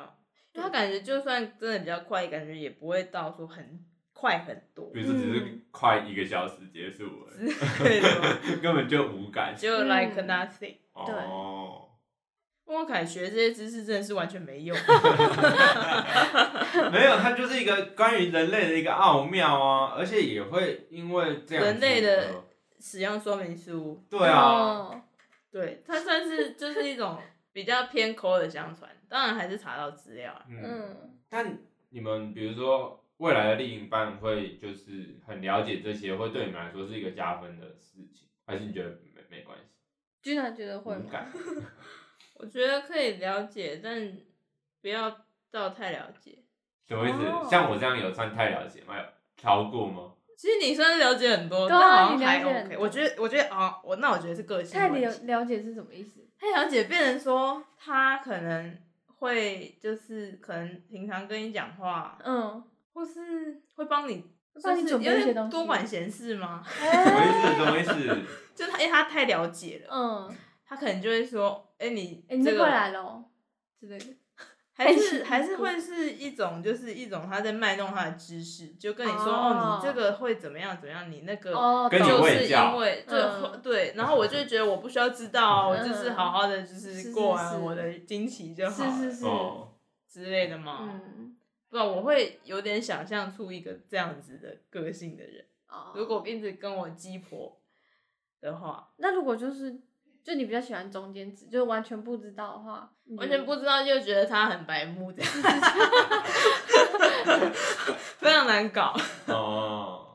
因为他感觉就算真的比较快，感觉也不会到说很快很多
比如说只是快一个小时结束
之
了，
类的，
根本就无感。
就 like nothing。
哦，
莫凯学这些知识真的是完全没用，
没有，它就是一个关于人类的一个奥妙啊，而且也会因为这样子呃
人类的使用说明书，
对啊，
哦，
对，它算是就是一种比较偏口耳相传，当然还是查到资料啊。
嗯。
嗯，
但你们比如说未来的另一半会就是很了解这些，会对你们来说是一个加分的事情，还是你觉得没没关系？
居然觉得会
无
吗？
感。
我觉得可以了解，但不要到太了解。
什么意思？
哦
像我这样有算太了解吗？有超过吗？
其实你算是了解很多，
对啊
但好像
你了
还
解很
OK。
多
我觉得，我觉得啊，我那我觉得是个性
太
问
了
题
了解是什么意思？
太了解，变成说他可能会就是可能平常跟你讲话，
嗯，
或是会帮你
会帮你
就是
准备
有
一些
点
东西
多管闲事吗？
什么意思？什么意思？
就他，因为他太了解了，
嗯，
他可能就会说，哎、你
哎，你
这
这
个
过来了哦之类的。
还是
哎
还是会是一种，就是一种他在卖弄他的知识，就跟你说
哦
哦，你这个会怎么样怎么样，你那个
哦，
跟你
懂
就
喂
是
教
因为就
嗯
对，然后我就觉得我不需要知道啊，我
嗯
就是好好的就是是
是
过完
是
我的惊奇就好
是
了
是是，
哦，
之类的嘛。
嗯，
不然我会有点想象出一个这样子的个性的人，
哦
如果一直跟我鸡婆的话，
那如果就是就你比较喜欢中间值，就是完全不知道的话，你
完
觉
全
得
不知道就觉得他很白目这样， 非常难搞。
哦，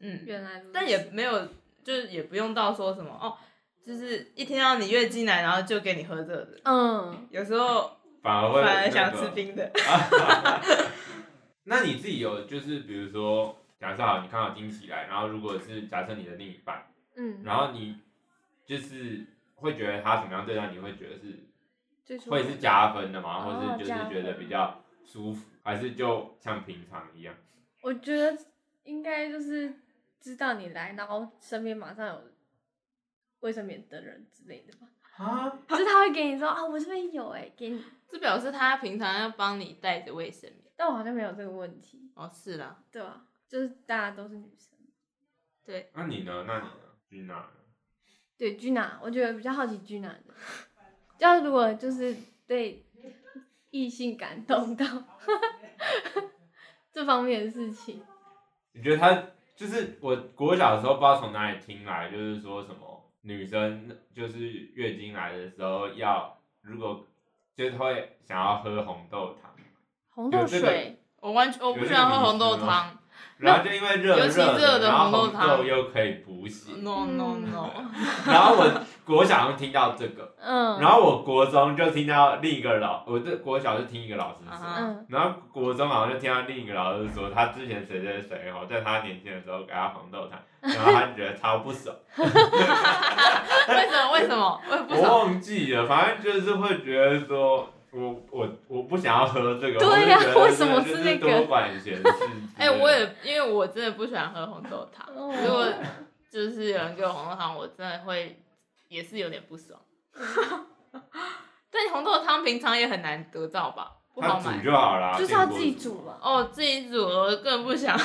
嗯，
原来如此，
但也没有，就是也不用到说什么哦，就是一听到你月经来，然后就给你喝热的。
嗯，
有时候
反而会、那个、
反而想吃冰 的。
那你自己有就是比如说，假设好你刚好惊喜来，然后如果是假设你的另一半，
嗯，
然后你就是会觉得他怎么样对待你，会觉得是
最初
会是加分的
哦
吗？或是就是觉
加
得
分
比较舒服，还是就像平常一样？
我觉得应该就是知道你来，然后身边马上有卫生棉的人之类的吧，
啊，
就是他会给你说啊，我这边有哎、给你，
这表示他平常要帮你带着卫生棉。
但我好像没有这个问题，
哦，是啦，
对吧、就是大家都是女生，
对，
那你呢？那你呢？君娜呢？
对居娜，我觉得比较好奇居娜的，要如果就是对异性感动到 这方面的事情，
你觉得他就是我国小的时候不知道从哪里听来，就是说什么女生就是月经来的时候要如果就是会想要喝红豆汤，
红豆
有这个
水，
我完全我不喜欢喝红豆汤
然后就因为热
尤其热的
然后
红豆
红
汤嗯
豆又可以补血，
，no no no，
然后我国小好像听到这个，
嗯，
然后我国中就听到另一个老，我这国小就听一个老师说。
啊
嗯，
然后国中好像就听到另一个老师说，他之前谁谁谁哦，在他年轻的时候给他红豆汤，然后他就觉得超不爽，
为什么为什么我也不
我
懂？？
忘记了，反正就是会觉得说，我我我不想要喝这个，
对呀
我就觉得
为什么是
就
那个
多管闲事
哎、我也因为我真的不喜欢喝红豆汤，
哦
如果就是有人给我红豆汤，我真的会也是有点不爽。 但红豆汤平常也很难得到吧？不
他
好
煮
买。
就好啦，
就是要自己煮嘛，
哦，自己煮我更不想。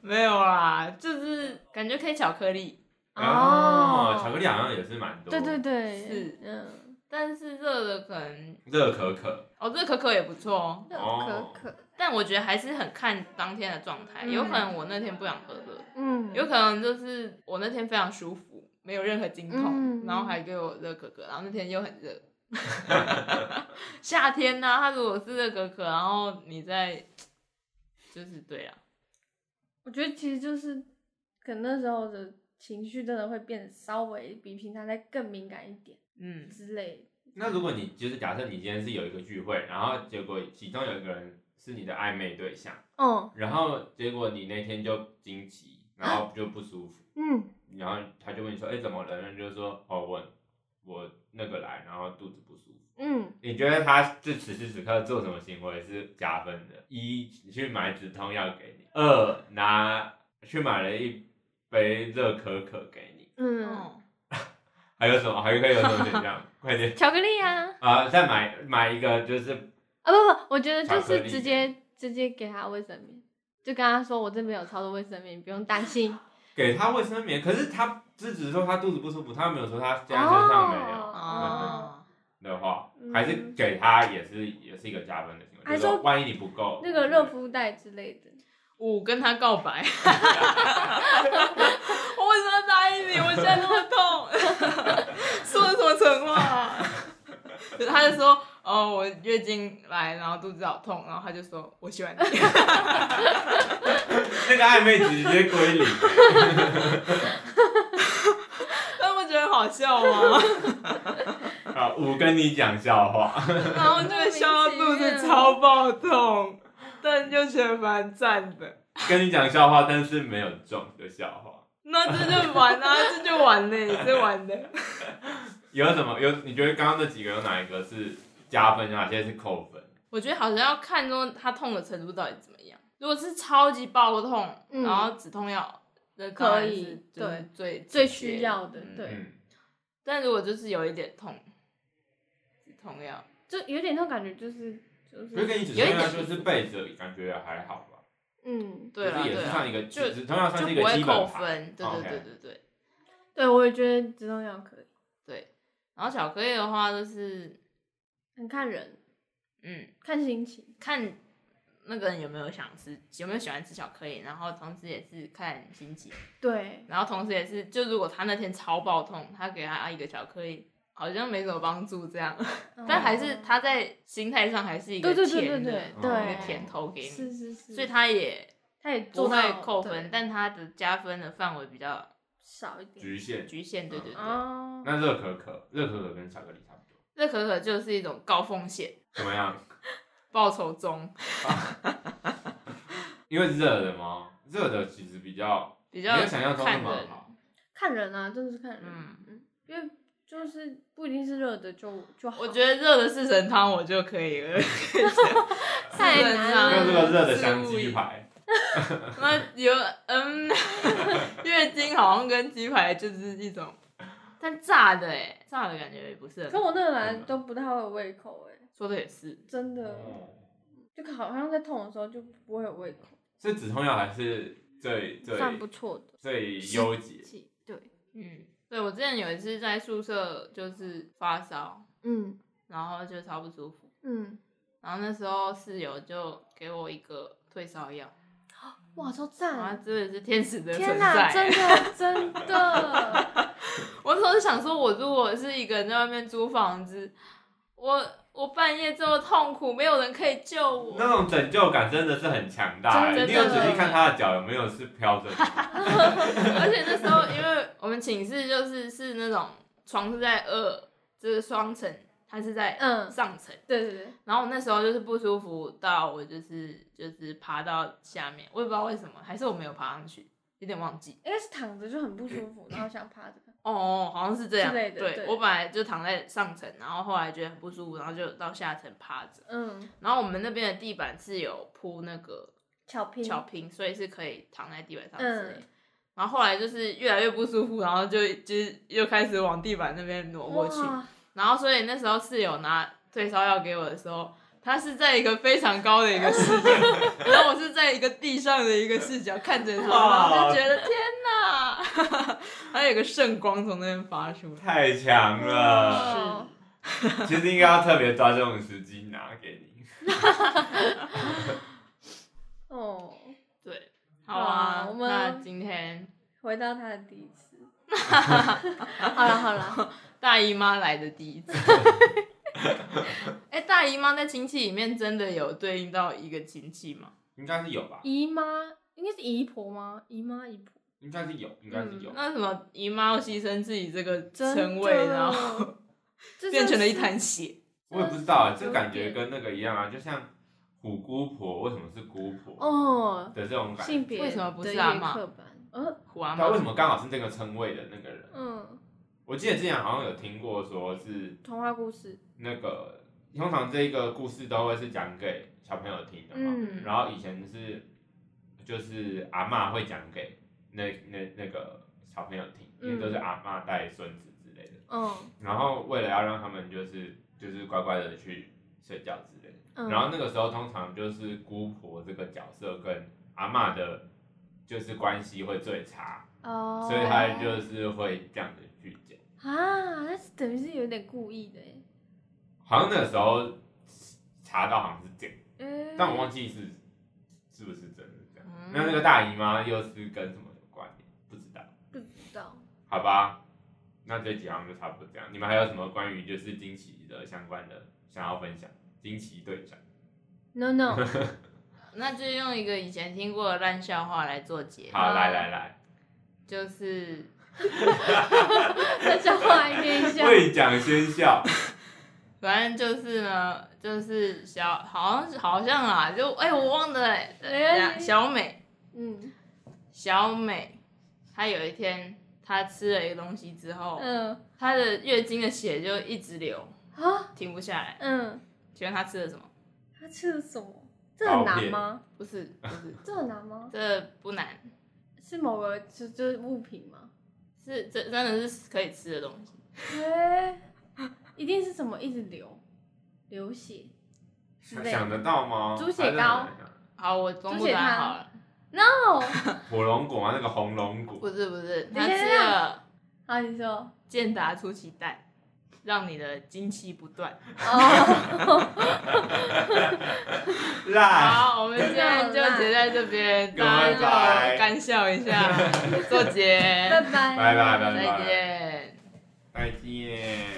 没有啦，就是感觉可以巧克力，
苹果煮。哦，巧克力好像也是蛮多，
对对，对，
是
嗯，
但是热的可能
热可可，
哦，这可可也不错哦。
那
哦
可可，
但我觉得还是很看当天的状态，
嗯
有可能我那天不想喝热，
嗯，
有可能就是我那天非常舒服，没有任何经痛，
嗯
然后还给我热可可，然后那天又很热。夏天呢、它如果是热可可，然后你再就是对啊，
我觉得其实就是，可能那时候的情绪真的会变得稍微比平常再更敏感一点
嗯，
之类
那如果你就是假设你今天是有一个聚会，然后结果其中有一个人是你的暧昧对象，
嗯
然后结果你那天就惊奇，然
啊
后就不舒服，
嗯，
然后他就问你说，哎、怎么了？然后你就说，哦，我我那个来，然后肚子不舒服。
嗯，
你觉得他就此时此刻做什么行为是加分的？一，你去买止痛药给你；二，拿去买了一杯热可可给你。
嗯，
哦
还有什么？还可以有什么选 项？快点
巧克力啊，
啊、再买买一个，就是
啊不不，我觉得就
巧克
是
力
直接直接给他卫生棉，就跟他说我这边有超多卫生棉，你不用担心。
给他卫生棉。可是他只只是说他肚子不舒服，他没有说他现在身上没有。
哦。
的话，
嗯
还是给他也是也是一个加分的行为。
还
就是
说
说万一你不够
那个热敷袋之类的，
我跟他告白，我为什么要答应你？我现在那么痛，说了什么蠢话、啊？可是他就说，哦，我月经来，然后肚子好痛，然后他就说我喜欢你，
那个暧昧直接归零。
他不觉得很好笑吗？
好，我跟你讲笑话，
然 后就会
啊
笑到肚子超爆痛，但又觉得蛮赞的。
跟你讲笑话，但是没有中的笑话。
那这就完啊，这就完了，也是完的。
有什么？有你觉得刚刚那几个有哪一个是加分，哪些是扣分？
我觉得好像要看说他痛的程度到底怎么样。如果是超级爆痛，
嗯
然后止痛药，那当
可
然
以
是就是最
最
直接
需要的
嗯
对
嗯，
但如果就是有一点痛，止痛药
就有点那种感觉，就是就
所以
是，
跟你只
有一
同
点
样就是背着，感觉也还好吧。
嗯，
对
就
啦
是也
对
是
啦，
算一个，
就
只同样算
就是
一
不
个
会
基
扣
本盘。
分。对对
OK
对对对
对我也觉得止痛药可以，
对。然后巧克力的话就是，
很看人，
嗯，
看心情，
看那个人有没有想吃，有没有喜欢吃巧克力，然后同时也是看心情。
对，
然后同时也是，就如果他那天超爆痛，他给他一个巧克力，好像没什么帮助这样，但还是
嗯
他在心态上还是一个
对对对
甜
对
的
对
嗯
一
对
个，甜头给你，
是是是，
所以他也
他也
不
做
会
到
扣分，
对
但他的加分的范围比较
少一点。
局限。
局限，对对对。
哦，
那热可可，热可可跟巧克力差不多，
这可可就是一种高风险
怎么样？
报酬中，
因为热的嘛，热的其实比较
比
没
较
有想象中那
看
么
人。
好。
看人啊，真的是看人。
嗯
嗯，因为就是不一定是热的就就好。
我觉得热的四神汤我就可以了，
太难
嗯
用这个
了。
热的香鸡排，
那有嗯， 月经好像跟鸡排就是一 种，但炸的哎、炸的感觉也不是
可
很。
我那个来都不太会有胃口哎、
说的也是，
真的，
哦
就好像在痛的时候就不会有胃口，
所以止痛药还是最最
算不错的。
最优解。
对，
嗯，对我之前有一次在宿舍就是发烧，
嗯
然后就超不舒服，
嗯，
然后那时候室友就给我一个退烧药，
哇，超
哇，
赞！
真的是天使的存
嗯天
在
哪，
欸，
真 的真的，
我那时候就想说，我如果是一个人在外面租房子，我我半夜这么痛苦，没有人可以救我。
那种拯救感真的是很强大、欸，
真的
你有仔细看他的脚有没有是飘 着的？
而且那时候，因为我们寝室就是是那种床是在二，就是双层，它是在
嗯，
上层。
对对对，
然后我那时候就是不舒服到我就是就是爬到下面，我也不知道为什么，还是我没有爬上去，有点忘记。
应该是躺着就很不舒服，然后想趴着。
哦，好像是这样。
之类的对
我本来就躺在上层，然后后来觉得很不舒服，然后就到下层趴着。
嗯，
然后我们那边的地板是有铺那个
巧拼，
巧
巧
拼，所以是可以躺在地板上之
嗯
类的。然后后来就是越来越不舒服，然后就就是又开始往地板那边挪过去。然后所以那时候室友拿退烧药给我的时候，他是在一个非常高的一个视角， 然后我是在一个地上的一个视角看着他，然
哇
后就觉得天哪， 还有一个圣光从那边发出来。
太强了！
哇
其实应该要特别抓这种时机拿给你。
哦，
对，好啊，
哇我们
那今天
回到他的第一 次。好了好了，
大姨妈来的第 一次。哎、大姨妈在亲戚里面真的有对应到一个亲戚吗？
应该是有吧？
姨妈应该是姨婆吗？姨妈姨婆，
应该是有，应该是有。
嗯
那什么姨妈要牺牲自己这个称
真
谓，
的
然 后
这
变成了一
真的是
滩血。
我也不知
真
道，
的是
这感
嗯
觉
有点
跟那个一样啊，就像虎姑婆为什么是姑婆
哦，
的这种感
性
觉。
别
为什么不是
的一
阿
个
嬷
刻板？嗯
虎啊阿
他为
妈
什么刚好是这个称谓的那个人？
嗯，
我记得之前好像有听过，说是
童话故事，
那个通常这个故事都会是讲给小朋友听的嘛。
嗯
然后以前是就是阿嬷会讲给那那那个小朋友听，因为都是阿嬷带孙子之类的。
嗯
然后为了要让他们就是就是乖乖的去睡觉之类的。
嗯，
然后那个时候通常就是姑婆这个角色跟阿嬷的，就是关系会最差，
哦，
所以她就是会这样子去讲。
啊，那是等于是有点故意的欸耶，
好像那个时候查到好像是这样，
嗯
但我忘记是是不是真的这样。
嗯
那那个大姨妈又是跟什么有关？不知道，
不知道，
好吧。那这集好像就差不多这样。你们还有什么关于就是惊奇的相关的想要分享？惊奇队长，
no no，
那就用一个以前听过的烂笑话来做结，
好，来来来。
就是
那叫话一点一下，
未讲先笑，
反正就是呢，就是小好像是好像啊，就哎、我忘了哎、等
没关
一
系
下小美
嗯
小美，她有一天她吃了一个东西之后，
嗯
她的月经的血就一直流，
啊
停不下来。
嗯，
请问她吃了什么？
他吃了什么？这很
刀
难
片
吗？
不是不是，
这很难吗？
这不难，
是某个就就是物品 吗？
是这真的是可以吃的东西。
哎，一定是什么一直流流血之类的
想得到吗？
猪血糕
好，我公布
猪血
答案
汤
好了，
，no，
火龙果吗？那个红龙果
不是不是，
等
她
一下
吃了。
好你说。
健达出奇蛋，让你的惊奇不 断。
哦，
啦，
好，我们现在就结在这边，
哎各
大
位
家
拜
就干笑一下，做结，
拜拜，
拜拜拜
再见。
再见。